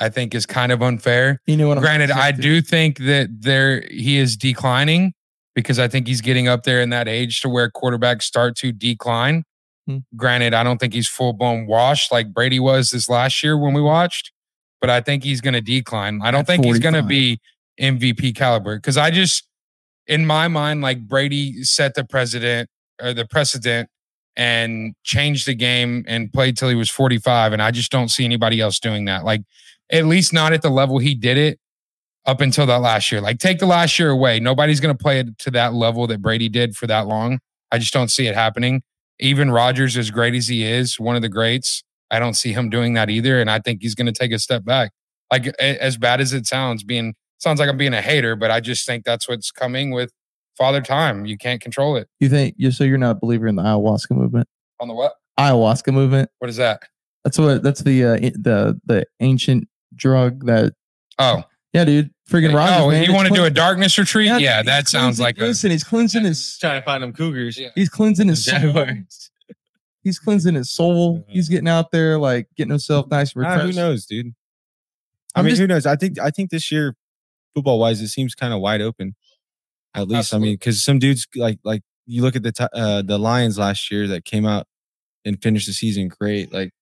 Speaker 2: I think is kind of unfair.
Speaker 1: you know what? I'm
Speaker 2: Granted, I
Speaker 1: saying?
Speaker 2: do think that there he is declining because I think he's getting up there in that age to where quarterbacks start to decline.
Speaker 1: Hmm.
Speaker 2: Granted, I don't think he's full blown washed like Brady was this last year when we watched, but I think he's going to decline. I don't
Speaker 1: At
Speaker 2: think he's going to
Speaker 1: 45.
Speaker 2: be MVP caliber because I just, in my mind, like Brady set the president or the precedent and changed the game and played till he was 45. And I just don't see anybody else doing that. Like, at least not at the level he did it up until that last year. Like, take the last year away. Nobody's going to play it to that level that Brady did for that long. I just don't see it happening. Even Rodgers, as great as he is, one of the greats, I don't see him doing that either. And I think he's going to take a step back. Like, a- as bad as it sounds, being sounds like I'm being a hater, but I just think that's what's coming with father time. You can't control it.
Speaker 1: You think you so you're not a believer in the ayahuasca movement?
Speaker 2: On the what?
Speaker 1: Ayahuasca movement.
Speaker 2: What is that?
Speaker 1: That's what. That's the uh, i- the the ancient drug that.
Speaker 2: Oh,
Speaker 1: Yeah, dude. Freaking Rogers.
Speaker 2: oh,
Speaker 1: man,
Speaker 2: you
Speaker 1: it's
Speaker 2: want to do
Speaker 1: clean-
Speaker 2: a darkness retreat? Yeah,
Speaker 1: dude,
Speaker 2: that
Speaker 1: he's
Speaker 2: sounds
Speaker 1: cleansing-
Speaker 2: like a,
Speaker 1: Listen, he's cleansing his.
Speaker 3: trying to find them Cougars.
Speaker 2: Yeah.
Speaker 1: He's cleansing his soul.
Speaker 3: Jaguars.
Speaker 1: He's cleansing his soul.
Speaker 2: Uh-huh.
Speaker 1: He's getting out there, like getting himself nice and
Speaker 3: Ah,
Speaker 1: refreshed.
Speaker 3: who knows, dude? I
Speaker 1: I'm
Speaker 3: mean,
Speaker 1: just-
Speaker 3: who knows? I think I think this year, football wise, it seems kind of wide open. At least, I mean, because some dudes like like you look at the t- uh, the Lions last year that came out and finished the season great. Like,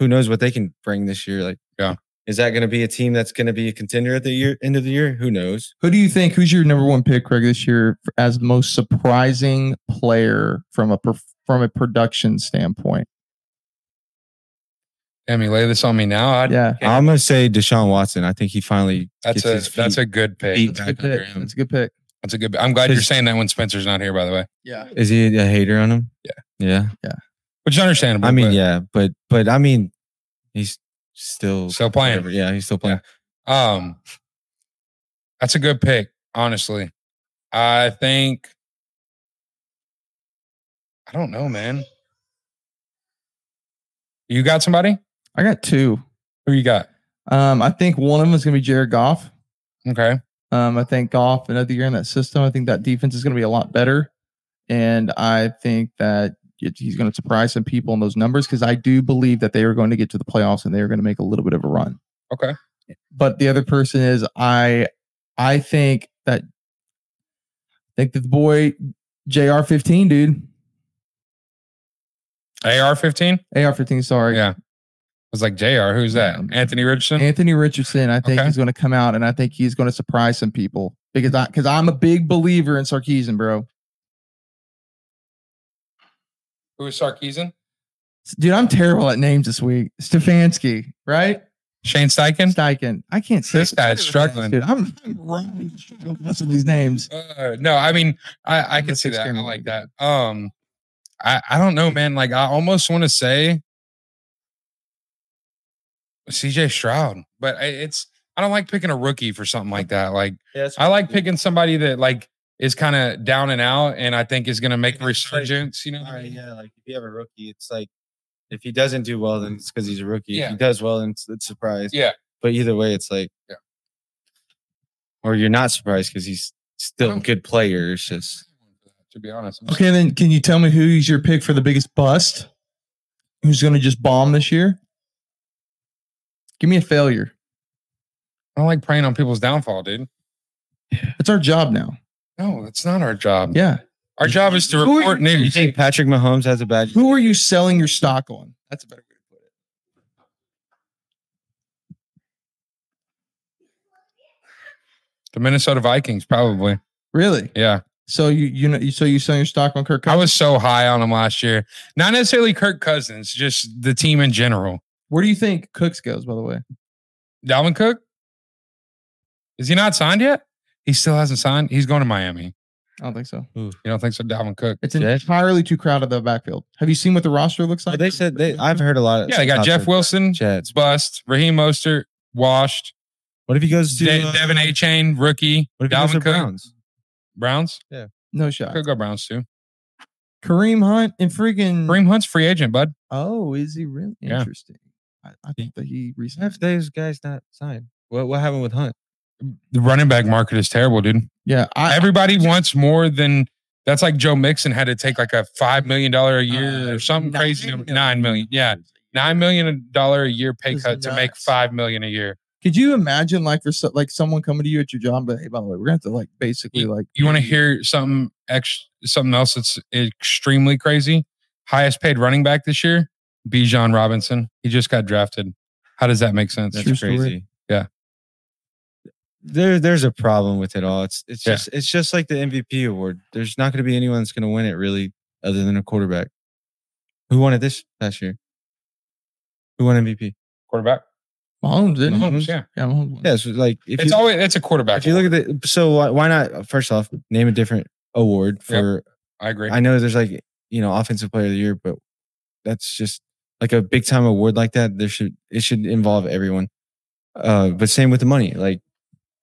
Speaker 3: who knows what they can bring this year? Like,
Speaker 2: Yeah.
Speaker 3: is that going to be a team that's going to be a contender at the year end of the year? Who knows?
Speaker 1: Who do you think? Who's your number one pick, Craig, this year for- as most surprising player from a perf- from a production standpoint.
Speaker 2: Damn, you lay this on me now. I'd,
Speaker 1: Yeah,
Speaker 3: I'm gonna say Deshaun Watson. I think he finally
Speaker 2: that's
Speaker 3: gets his
Speaker 2: a
Speaker 3: feet.
Speaker 2: that's a good pick.
Speaker 3: feet.
Speaker 1: that's a good
Speaker 3: back under
Speaker 1: pick.
Speaker 3: him.
Speaker 1: That's a good pick.
Speaker 2: That's a good. I'm glad you're
Speaker 3: His-
Speaker 2: saying that when Spencer's not here, by the way.
Speaker 1: Yeah,
Speaker 3: Is he a hater on him?
Speaker 2: Yeah.
Speaker 3: Yeah.
Speaker 2: Which is understandable.
Speaker 3: I mean,
Speaker 2: but
Speaker 3: yeah, but but I mean, he's still
Speaker 2: Still playing.
Speaker 3: whatever. Yeah, he's still playing.
Speaker 2: Um, that's a good pick, honestly. I think. I don't know, man. You got somebody?
Speaker 1: I got two.
Speaker 2: Who you got?
Speaker 1: Um, I think one of them is going to be Jared Goff.
Speaker 2: Okay.
Speaker 1: Um, I think Goff another year in that system. I think that defense is going to be a lot better, and I think that it- he's going to surprise some people in those numbers because I do believe that they are going to get to the playoffs and they are going to make a little bit of a run.
Speaker 2: Okay.
Speaker 1: But the other person is I. I think that I think that the boy Jr. fifteen dude
Speaker 2: AR 15?
Speaker 1: AR fifteen sorry
Speaker 2: Yeah. I was like, JR, who's that?
Speaker 1: Yeah.
Speaker 2: Anthony Richardson?
Speaker 1: Anthony Richardson, I think
Speaker 2: Okay.
Speaker 1: he's going to come out and I think he's going to surprise some people because I because I'm a big believer in Sarkeesian, bro.
Speaker 2: Who is Sarkeesian?
Speaker 1: Dude, I'm terrible at names this week. Stefanski, right?
Speaker 2: Shane Steichen?
Speaker 1: Steichen. I can't say
Speaker 2: This guy's struggling.
Speaker 1: Dude, I'm, I'm wrong. I'm messing these names.
Speaker 2: Uh, no, I mean, I, I can
Speaker 1: That's
Speaker 2: see that. I
Speaker 1: extremely
Speaker 2: like
Speaker 1: good.
Speaker 2: that. Um, I, I don't know, man. Like, I almost want to say CJ Stroud, but I, it's, I don't like picking a rookie for something like that. Like,
Speaker 3: Yeah,
Speaker 2: I like picking somebody that, like, is kind of down and out and I think is going to make a resurgence, you know?
Speaker 3: All right, yeah. Like if you have a rookie, it's like if he doesn't do well, then it's because he's a rookie.
Speaker 2: Yeah.
Speaker 3: If he does well, then it's, it's surprise.
Speaker 2: Yeah.
Speaker 3: But either way, it's like,
Speaker 2: Yeah.
Speaker 3: Or you're not surprised because he's still a
Speaker 2: don't-
Speaker 3: good player. It's just
Speaker 2: To be honest. I'm just-
Speaker 1: Okay, then can you tell me who's your pick for the biggest bust? Who's going to just bomb this year? Give me a failure.
Speaker 2: I don't like preying on people's downfall, dude.
Speaker 1: It's our job now.
Speaker 2: No, that's not our job.
Speaker 1: Yeah.
Speaker 2: Our job is to
Speaker 1: Who are
Speaker 2: report
Speaker 3: you
Speaker 2: news.
Speaker 3: think Patrick Mahomes has a bad
Speaker 1: Who are you selling your stock on? That's a better way to put it.
Speaker 2: The Minnesota Vikings, probably.
Speaker 1: Really?
Speaker 2: Yeah.
Speaker 1: So you you know you so you selling your stock on Kirk
Speaker 2: I
Speaker 1: Cousins?
Speaker 2: was so high on him last year. Not necessarily Kirk Cousins, just the team in general.
Speaker 1: Where do you think Cooks goes? By the way,
Speaker 2: Dalvin Cook? Is he not signed yet? He still hasn't signed. He's going to Miami.
Speaker 1: I don't think so.
Speaker 2: You don't think so, Dalvin Cook?
Speaker 1: It's
Speaker 3: Jeff?
Speaker 1: entirely too crowded the backfield. Have you seen what the roster looks
Speaker 3: Well,
Speaker 1: like?
Speaker 3: they said they. I've heard a lot of.
Speaker 2: Yeah, they got
Speaker 3: stuff
Speaker 2: Jeff
Speaker 3: of
Speaker 2: Wilson,
Speaker 3: Jets.
Speaker 2: bust, Raheem Mostert, washed,
Speaker 3: What if he goes to
Speaker 2: De-
Speaker 3: uh,
Speaker 2: Devin A. Chain, rookie,
Speaker 3: What if he
Speaker 2: Dalvin
Speaker 3: goes to
Speaker 2: Cook,
Speaker 3: Browns?
Speaker 2: Browns.
Speaker 1: no shot.
Speaker 2: Could go Browns too.
Speaker 1: Kareem Hunt and freaking.
Speaker 2: Kareem Hunt's free agent, bud.
Speaker 1: Oh, is he really
Speaker 2: Yeah.
Speaker 1: interesting? I, I think that he
Speaker 3: What if
Speaker 1: recently.
Speaker 3: those guys not signed? What what happened with Hunt?
Speaker 2: The running back market is terrible, dude.
Speaker 1: Yeah, I,
Speaker 2: Everybody wants more than that's like Joe Mixon had to take like a five million dollar a year
Speaker 1: Uh,
Speaker 2: or something crazy
Speaker 1: nine million.
Speaker 2: nine million. nine million. Yeah. Nine million dollar a year pay
Speaker 1: It's
Speaker 2: cut to make
Speaker 1: nuts.
Speaker 2: five million a year.
Speaker 1: could you imagine like for so, like someone coming to you at your job, but hey, by the way, we're gonna have to like basically like
Speaker 2: You want to hear something ex something else that's extremely crazy? Highest paid running back this year, Bijan Robinson. He just got drafted. How does that make sense?
Speaker 3: That's
Speaker 1: True story.
Speaker 3: crazy.
Speaker 2: Yeah.
Speaker 3: There, there's a problem with it all. It's it's
Speaker 2: Yeah.
Speaker 3: just it's just like the MVP award. There's not going to be anyone that's going to win it really, other than a quarterback. Who won it this past year? Who won MVP?
Speaker 2: Quarterback.
Speaker 1: Mahomes didn't. he?
Speaker 2: Mahomes, yeah.
Speaker 1: yeah, Mahomes won.
Speaker 3: Yeah, so like Mm-hmm. if
Speaker 2: it's
Speaker 3: you,
Speaker 2: always it's a quarterback.
Speaker 3: if you look at the so why, why not? uh, First off, name a different award for.
Speaker 2: I agree.
Speaker 3: I know there's like you know offensive player of the year, but that's just like a big time award like that. There should it should involve everyone. Uh, but same with the money. Like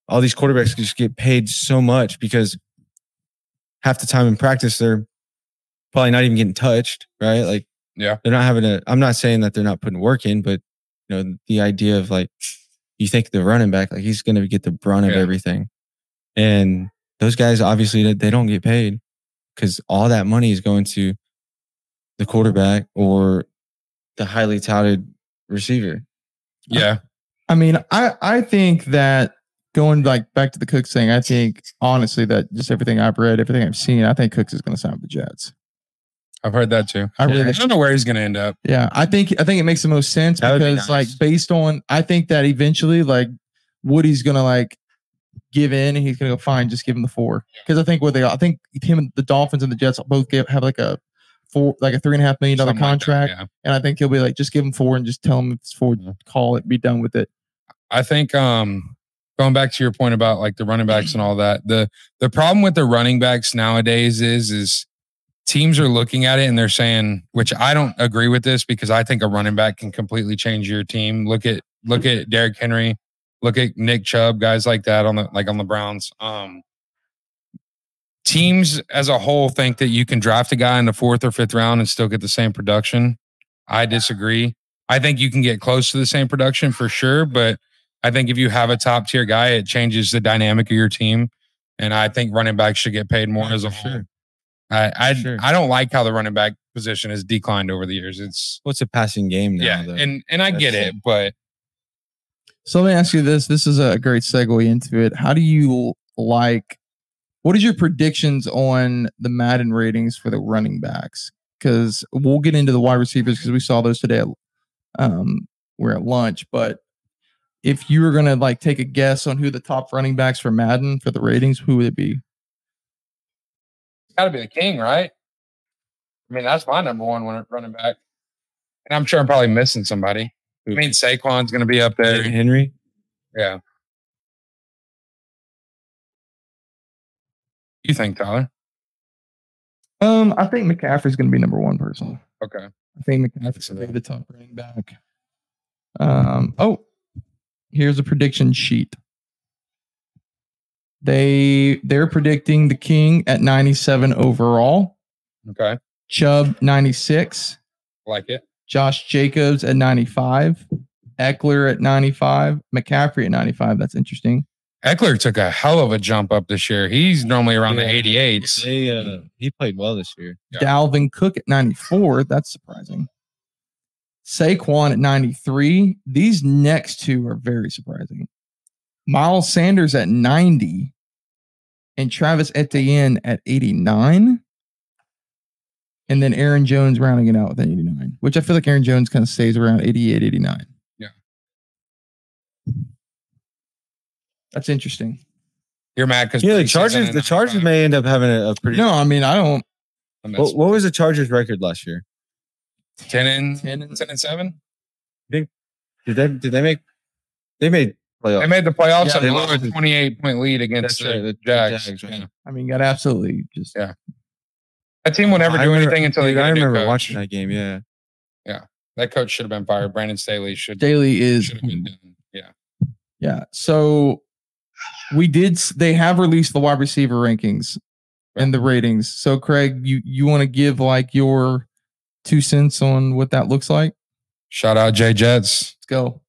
Speaker 3: all these quarterbacks just get paid so much because half the time in practice they're probably not even getting touched, right? Like
Speaker 2: Yeah.
Speaker 3: they're not having a. I'm not saying that they're not putting work in, but you know the idea of like you think the running back like he's going to get the brunt of
Speaker 2: Yeah.
Speaker 3: everything, and those guys obviously they- they don't get paid because all that money is going to the quarterback or the highly touted receiver.
Speaker 2: yeah.
Speaker 1: I mean, I I think that going like back to the Cooks thing, I think honestly that just everything I've read, everything I've seen, I think Cooks is going to sign with the Jets.
Speaker 2: I've heard that too.
Speaker 1: I really
Speaker 2: I don't know where he's gonna end up.
Speaker 1: Yeah, I think I think it makes the most sense
Speaker 3: That would be
Speaker 1: because
Speaker 3: nice.
Speaker 1: like based on I think that eventually like Woody's gonna like give in and he's gonna go fine, just give him the four because I think what they I think him and the Dolphins and the Jets both give, have like a four, like a three and a half million dollar
Speaker 2: Something like that,
Speaker 1: contract.
Speaker 2: yeah.
Speaker 1: And I think he'll be like, just give him four and just tell him it's four.
Speaker 2: Yeah.
Speaker 1: Call it, be done with it.
Speaker 2: I think um going back to your point about like the running backs and all that, the the problem with the running backs nowadays is is teams are looking at it and they're saying, which I don't agree with this because I think a running back can completely change your team. Look at look at Derrick Henry, look at Nick Chubb, guys like that on the like on the Browns. Um teams as a whole think that you can draft a guy in the fourth or fifth round and still get the same production. I disagree. I think you can get close to the same production for sure, but I think if you have a top tier guy, it changes the dynamic of your team. And I think running backs should get paid more as a whole.
Speaker 3: Sure.
Speaker 2: I I,
Speaker 3: Sure.
Speaker 2: I don't like how the running back position has declined over the years. It's
Speaker 3: What's a passing game now?
Speaker 2: yeah,
Speaker 3: though?
Speaker 2: and and I get
Speaker 3: That's-
Speaker 2: it, but
Speaker 1: So let me ask you this. This is a great segue into it. How do you like what is your predictions on the Madden ratings for the running backs? Because we'll get into the wide receivers because we saw those today. At, um, we're at lunch, but if you were gonna like take a guess on who the top running backs for Madden for the ratings, who would it be?
Speaker 2: it's got to be the king, right? I mean, that's my number one when running back, and I'm sure I'm probably missing somebody. I mean, Saquon's going to be up
Speaker 3: Derrick
Speaker 2: there.
Speaker 3: Henry.
Speaker 2: Yeah. You think, Tyler?
Speaker 1: Um, I think McCaffrey's gonna be number one personally.
Speaker 2: Okay.
Speaker 1: I think McCaffrey's
Speaker 2: so.
Speaker 1: gonna be the top running back. Um, oh, here's a prediction sheet. They they're predicting the King at 97 overall,
Speaker 2: Okay.
Speaker 1: Chubb 96,
Speaker 2: Like it.
Speaker 1: Josh Jacobs at 95, Eckler at 95, McCaffrey at 95. That's interesting.
Speaker 2: Eckler took a hell of a jump up this year. He's normally around
Speaker 3: Yeah.
Speaker 2: the 88s.
Speaker 3: They, uh, he played well this year.
Speaker 2: Yeah.
Speaker 1: Dalvin Cook at 94. That's surprising. Saquon at 93. These next two are very surprising. Miles Sanders at 90 and Travis Etienne at 89. And then Aaron Jones rounding it out with an 89, which I feel like Aaron Jones kind of stays around 88, 89.
Speaker 2: Yeah.
Speaker 1: That's interesting.
Speaker 2: You're mad because
Speaker 3: Yeah, the Chargers. The Chargers may end up having a, a pretty.
Speaker 1: No, I mean, I don't.
Speaker 3: What, what was the Chargers record last year?
Speaker 2: ten and
Speaker 1: 10
Speaker 2: ten
Speaker 1: and-
Speaker 2: and, seven.
Speaker 3: Did they? Did they make? They made playoffs.
Speaker 2: They made the playoffs
Speaker 1: Yeah,
Speaker 2: and
Speaker 3: Oh. they
Speaker 2: blew a
Speaker 3: lost.
Speaker 2: twenty-eight point lead against
Speaker 3: That's right,
Speaker 2: the,
Speaker 3: the
Speaker 2: Jags.
Speaker 3: Jags, right.
Speaker 2: Yeah.
Speaker 1: I mean, got absolutely just
Speaker 2: That team will never
Speaker 3: I
Speaker 2: do
Speaker 3: remember-
Speaker 2: anything until they
Speaker 3: dude,
Speaker 2: get
Speaker 3: I
Speaker 2: a new
Speaker 3: remember
Speaker 2: coach.
Speaker 3: watching that game. Yeah,
Speaker 2: That coach should have been fired. Brandon Staley should
Speaker 1: daily is
Speaker 2: should have been done. Yeah,
Speaker 1: Yeah. So we did. s- They have released the wide receiver rankings and the ratings. So Craig, you you want to give like your two cents on what that looks like?
Speaker 2: shout out Jay Jets.
Speaker 1: Let's go,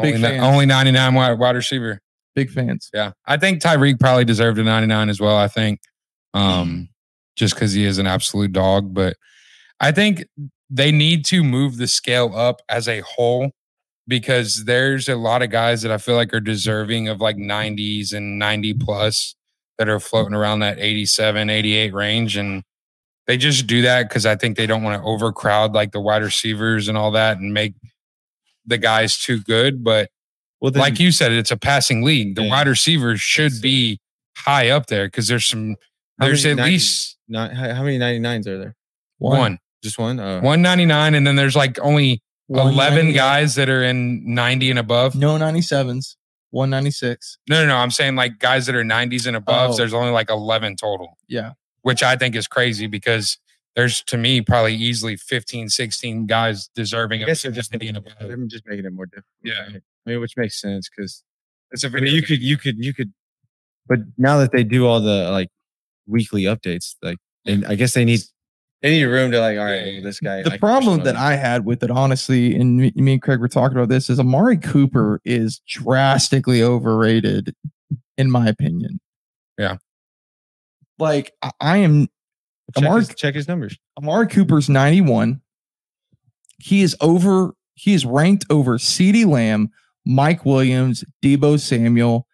Speaker 1: Big
Speaker 2: Only, ni-
Speaker 1: fan.
Speaker 2: only ninety-nine wide, wide receiver.
Speaker 1: big fans.
Speaker 2: Yeah, I think Tyreek probably deserved a 99 as well. I think, um, just because he is an absolute dog, but I think they need to move the scale up as a whole because there's a lot of guys that I feel like are deserving of like 90s and 90 plus that are floating around that 87, 88 range, and they just do that because I think they don't want to overcrowd like the wide receivers and all that and make the guys too good, but
Speaker 3: well, then,
Speaker 2: like you said, it's a passing league. The
Speaker 3: Yeah.
Speaker 2: wide receivers should
Speaker 3: That's it.
Speaker 2: be high up there because there's some.
Speaker 3: How
Speaker 2: There's
Speaker 3: many
Speaker 2: at
Speaker 3: 90s?
Speaker 2: least
Speaker 3: not, how, how many 99s are there?
Speaker 2: one,
Speaker 3: Just one. Oh.
Speaker 2: one ninety nine, and then there's like only
Speaker 1: One
Speaker 2: eleven
Speaker 1: 90
Speaker 2: guys that are in ninety and above.
Speaker 1: No ninety sevens. One ninety six.
Speaker 2: No, no, no. I'm saying like guys that are nineties and above.
Speaker 1: Oh.
Speaker 2: There's only like eleven total,
Speaker 1: Yeah.
Speaker 2: which I think is crazy because there's to me probably easily 15, 16 guys deserving.
Speaker 3: I
Speaker 2: of
Speaker 3: guess they're just
Speaker 2: 90
Speaker 3: making
Speaker 2: and
Speaker 3: it.
Speaker 2: above.
Speaker 3: They're just making it more difficult.
Speaker 2: Yeah.
Speaker 3: right? I mean, which makes sense because
Speaker 2: It's a
Speaker 3: I mean, you could, you could, you could. But now that they do all the like weekly updates, like, and I guess they need they need room to like, all right, well, this guy. I
Speaker 1: The
Speaker 3: can
Speaker 1: problem
Speaker 3: push
Speaker 1: that
Speaker 3: him
Speaker 1: I had with it, honestly, and me, me and Craig were talking about this, is Amari Cooper is drastically overrated, in my opinion.
Speaker 2: Yeah.
Speaker 1: Like I, I am
Speaker 3: on. check,
Speaker 1: Amari-
Speaker 3: his, check his numbers.
Speaker 1: Amari Cooper's 91. He is over, he is ranked over CeeDee Lamb, Mike Williams, Debo Samuel,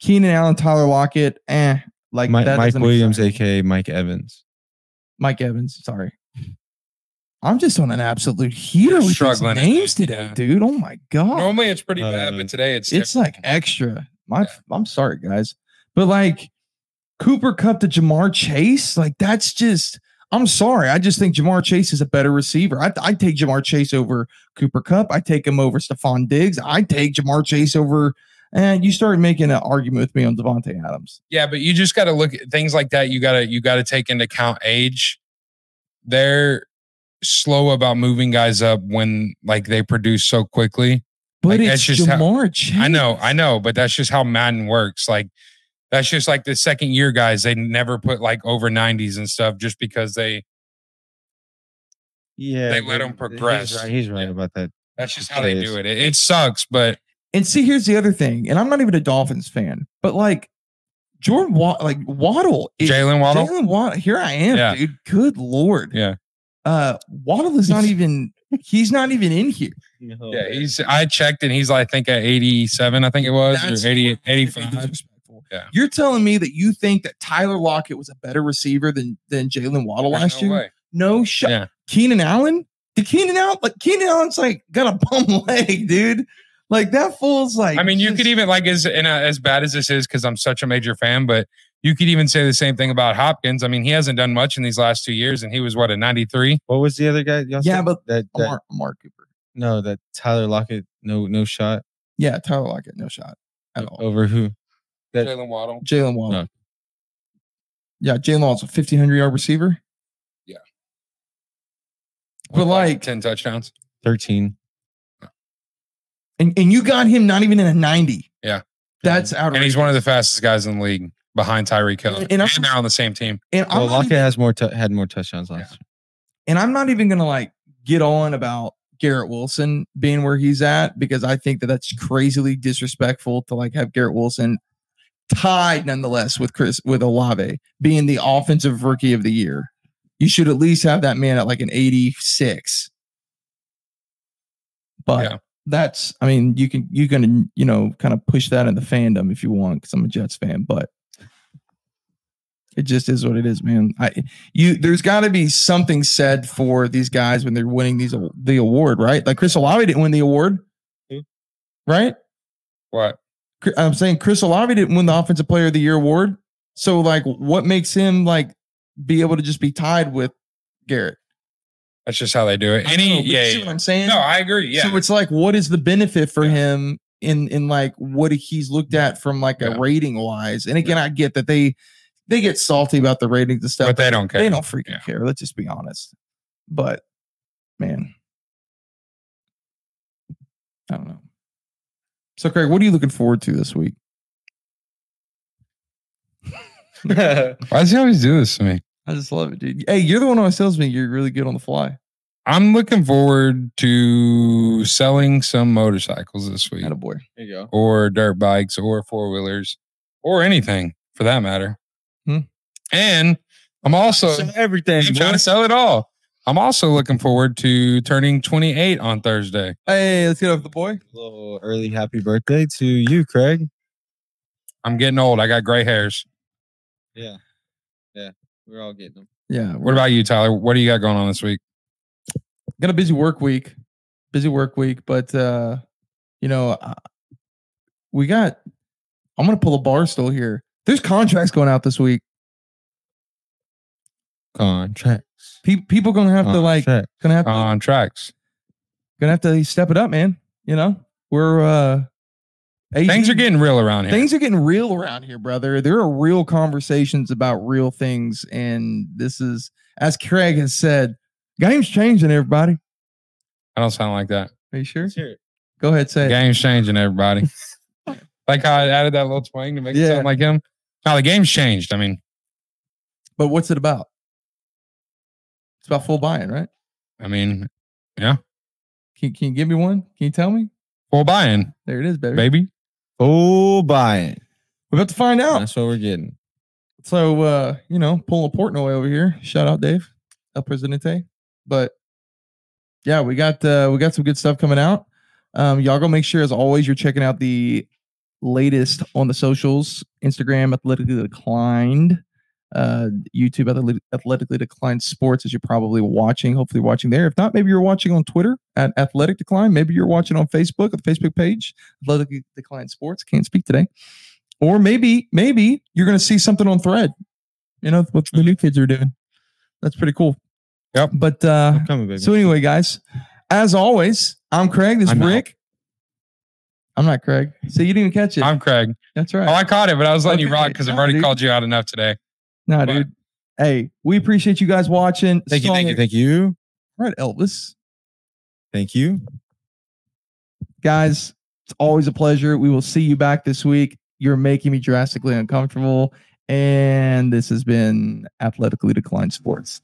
Speaker 1: Keenan Allen, Tyler Lockett. Eh, like
Speaker 3: Mike,
Speaker 1: that
Speaker 3: Mike
Speaker 1: doesn't
Speaker 3: Williams,
Speaker 1: excite me.
Speaker 3: aka Mike Evans.
Speaker 1: Mike Evans. Sorry. I'm just on an absolute heater with these
Speaker 2: Struggling.
Speaker 1: names today,
Speaker 2: Yeah.
Speaker 1: dude. Oh my God.
Speaker 2: Normally it's pretty
Speaker 3: Uh,
Speaker 2: bad, but today it's
Speaker 1: it's
Speaker 2: different.
Speaker 1: like extra. My I'm sorry, guys. But like Cooper Cup to Jamar Chase, like that's just I'm sorry. I just think Jamar Chase is a better receiver. I, I take Jamar Chase over Cooper Cup. I take him over Stephon Diggs. I take Jamar Chase over. And you started making an argument with me on Devontae Adams.
Speaker 2: Yeah, but you just got to look at things like that. You gotta you gotta take into account age. They're slow about moving guys up when like they produce so quickly.
Speaker 1: But
Speaker 2: Like,
Speaker 1: it's
Speaker 2: that's just how-
Speaker 1: Jamar Chase.
Speaker 2: I know, I know, but that's just how Madden works. Like that's just like the second year guys. They never put like over nineties and stuff just because they.
Speaker 3: Yeah,
Speaker 2: They let
Speaker 3: but
Speaker 2: him
Speaker 3: he's
Speaker 2: progress.
Speaker 3: right- He's right,
Speaker 2: Yeah.
Speaker 3: about that.
Speaker 2: That's just how they
Speaker 3: It is.
Speaker 2: do it. It, it sucks, but
Speaker 1: And see, here's the other thing. And I'm not even a Dolphins fan, but like Jordan, Wa- like Waddle, is-
Speaker 2: Jalen Waddle.
Speaker 1: Jalen Waddle. Here I am,
Speaker 2: Yeah.
Speaker 1: dude. Good lord.
Speaker 2: Yeah.
Speaker 1: Uh, Waddle is not even. He's not even in here.
Speaker 3: No,
Speaker 2: Yeah, he's. I checked and he's. I think at eighty-seven. I think it was
Speaker 1: That's
Speaker 2: or 80,
Speaker 1: Fucking
Speaker 2: 85.
Speaker 1: disrespectful.
Speaker 2: Yeah.
Speaker 1: You're telling me that you think that Tyler Lockett was a better receiver than than Jalen Waddle
Speaker 2: There's
Speaker 1: last
Speaker 2: no
Speaker 1: year?
Speaker 2: way.
Speaker 1: No shot.
Speaker 2: Yeah.
Speaker 1: Keenan Allen? Did Keenan Allen like Keenan Allen's like got a bum leg, dude? Like that fool's like.
Speaker 2: I mean, you
Speaker 1: just-
Speaker 2: could even like as and uh, as bad as this is because I'm such a major fan, but you could even say the same thing about Hopkins. I mean, he hasn't done much in these last two years, and he was what a 93.
Speaker 3: What was the other guy? Y'all
Speaker 1: Yeah,
Speaker 3: said?
Speaker 1: but
Speaker 3: that, that-
Speaker 1: Amar, Amar Cooper.
Speaker 3: no, that Tyler Lockett, no, no shot
Speaker 1: Yeah, Tyler Lockett, no shot at all.
Speaker 2: Oh.
Speaker 3: over who? That-
Speaker 2: Jalen Waddle.
Speaker 1: Jalen Waddle.
Speaker 3: No.
Speaker 1: Yeah, Jalen Waddle's a 1500 yard receiver.
Speaker 2: Yeah.
Speaker 1: But like,
Speaker 2: ten touchdowns.
Speaker 3: Thirteen.
Speaker 1: and, and you got him not even in a 90.
Speaker 2: Yeah.
Speaker 1: That's out
Speaker 2: And he's one of the fastest guys in the league behind Tyreek Hill.
Speaker 1: And-
Speaker 2: And,
Speaker 1: and I'm-
Speaker 2: they're on the same team.
Speaker 1: and I'm
Speaker 3: Well,
Speaker 1: not
Speaker 3: Lockett
Speaker 1: even-
Speaker 3: has more tou- had more touchdowns last year.
Speaker 1: and I'm not even gonna like get on about Garrett Wilson being where he's at because I think that that's crazily disrespectful to like have Garrett Wilson tied nonetheless with Chris with Olave being the offensive rookie of the year. You should at least have that man at like an 86. But
Speaker 2: Yeah.
Speaker 1: that's I mean you can you can you know kind of push that in the fandom if you want because I'm a Jets fan, but it just is what it is, man. I you there's got to be something said for these guys when they're winning these aw- the award, right? Like Chris Olave didn't win the award,
Speaker 2: Hmm.
Speaker 3: Who?
Speaker 1: right?
Speaker 2: What?
Speaker 1: Cr- I'm saying Chris Olave didn't win the Offensive Player of the Year award. So like, what makes him like be able to just be tied with Garrett?
Speaker 2: That's just how they do it.
Speaker 1: I don't know,
Speaker 2: Any?
Speaker 1: but you
Speaker 2: Yeah.
Speaker 1: see
Speaker 2: yeah.
Speaker 1: what I'm saying?
Speaker 2: No, I agree. Yeah.
Speaker 1: So it's like, what is the benefit for
Speaker 2: Yeah.
Speaker 1: him in in like what he's looked at from like
Speaker 2: Yeah.
Speaker 1: a rating wise? And again, I get that they they get salty about the ratings and stuff,
Speaker 2: but they don't care.
Speaker 1: They don't freaking
Speaker 2: Yeah.
Speaker 1: care. Let's just be honest. But man, I don't know. So, Craig, what are you looking forward to this week?
Speaker 2: Why does he always do this to me?
Speaker 1: I just love it, dude. Hey, you're the one who always tells me you're really good on the fly.
Speaker 2: I'm looking forward to selling some motorcycles this week.
Speaker 1: Attaboy.
Speaker 3: there you go.
Speaker 2: or dirt bikes or four wheelers or anything for that matter.
Speaker 1: Hmm.
Speaker 2: And I'm also
Speaker 3: So everything.
Speaker 2: I'm
Speaker 3: boy.
Speaker 2: trying to sell it all. I'm also looking forward to turning 28 on Thursday.
Speaker 1: Hey, let's get off the boy.
Speaker 3: little early happy birthday to you, Craig.
Speaker 2: I'm getting old. I got gray hairs.
Speaker 3: Yeah, yeah, we're all getting them.
Speaker 1: Yeah, we're
Speaker 2: What about you, Tyler? What do you got going on this week?
Speaker 1: got a busy work week, busy work week, but uh, you know, I- we got. I'm gonna pull a bar still here. There's contracts going out this week.
Speaker 3: Contract.
Speaker 1: Pe- people gonna have to like
Speaker 3: Contract.
Speaker 1: gonna have to
Speaker 2: On tracks.
Speaker 1: gonna have to step it up, man. You know, we're uh
Speaker 2: Things are
Speaker 1: getting.
Speaker 2: getting real around here.
Speaker 1: Things are getting real around here, brother. There are real conversations about real things, and this is, as Craig has said, game's changing. Everybody,
Speaker 2: I don't sound like that.
Speaker 1: are you sure?
Speaker 3: Let's hear it.
Speaker 1: Go ahead, say it.
Speaker 2: Game's changing, everybody. like how I added that little twang to make
Speaker 1: Yeah.
Speaker 2: it sound like him. Now the game's changed. I mean,
Speaker 1: But what's it about? It's about full buy-in, right?
Speaker 2: I mean,
Speaker 1: Can, can you give me one? Can you tell me?
Speaker 2: full buy-in,
Speaker 1: There it is, baby.
Speaker 2: baby.
Speaker 3: Oh, buying.
Speaker 1: We're about to find out.
Speaker 3: That's what we're getting.
Speaker 1: So, uh, you know, pulling a Portnoy over here. Shout out, Dave, El Presidente. But yeah, we got uh, we got some good stuff coming out. Um, y'all go make sure, as always, you're checking out the latest on the socials: Instagram, athletically declined, uh, YouTube, Athletic- athletically declined sports, as you're probably watching. Hopefully, watching there. If not, maybe you're watching on Twitter at athletic decline. Maybe you're watching on Facebook at the Facebook page, athletically declined sports. Can't speak today or maybe maybe you're gonna see something on thread you know what the new kids are doing that's pretty cool.
Speaker 2: Yep.
Speaker 1: But uh,
Speaker 3: I'm coming, baby.
Speaker 1: so anyway, guys, as always, I'm Craig. This is
Speaker 3: I'm out.
Speaker 1: Rick. I'm not Craig. So you didn't even catch it.
Speaker 2: I'm Craig.
Speaker 1: that's right.
Speaker 2: Oh, I caught it, but I was letting you
Speaker 1: Okay,
Speaker 2: rock because I've
Speaker 1: no,
Speaker 2: already
Speaker 1: dude.
Speaker 2: called you out enough today.
Speaker 1: no,
Speaker 2: but-
Speaker 1: dude. Hey, we appreciate you guys watching.
Speaker 3: thank you,
Speaker 1: Song-
Speaker 3: thank you, thank you,
Speaker 1: All right, Elvis.
Speaker 3: thank you.
Speaker 1: Guys, it's always a pleasure. We will see you back this week. You're making me drastically uncomfortable. And this has been Athletically Declined Sports.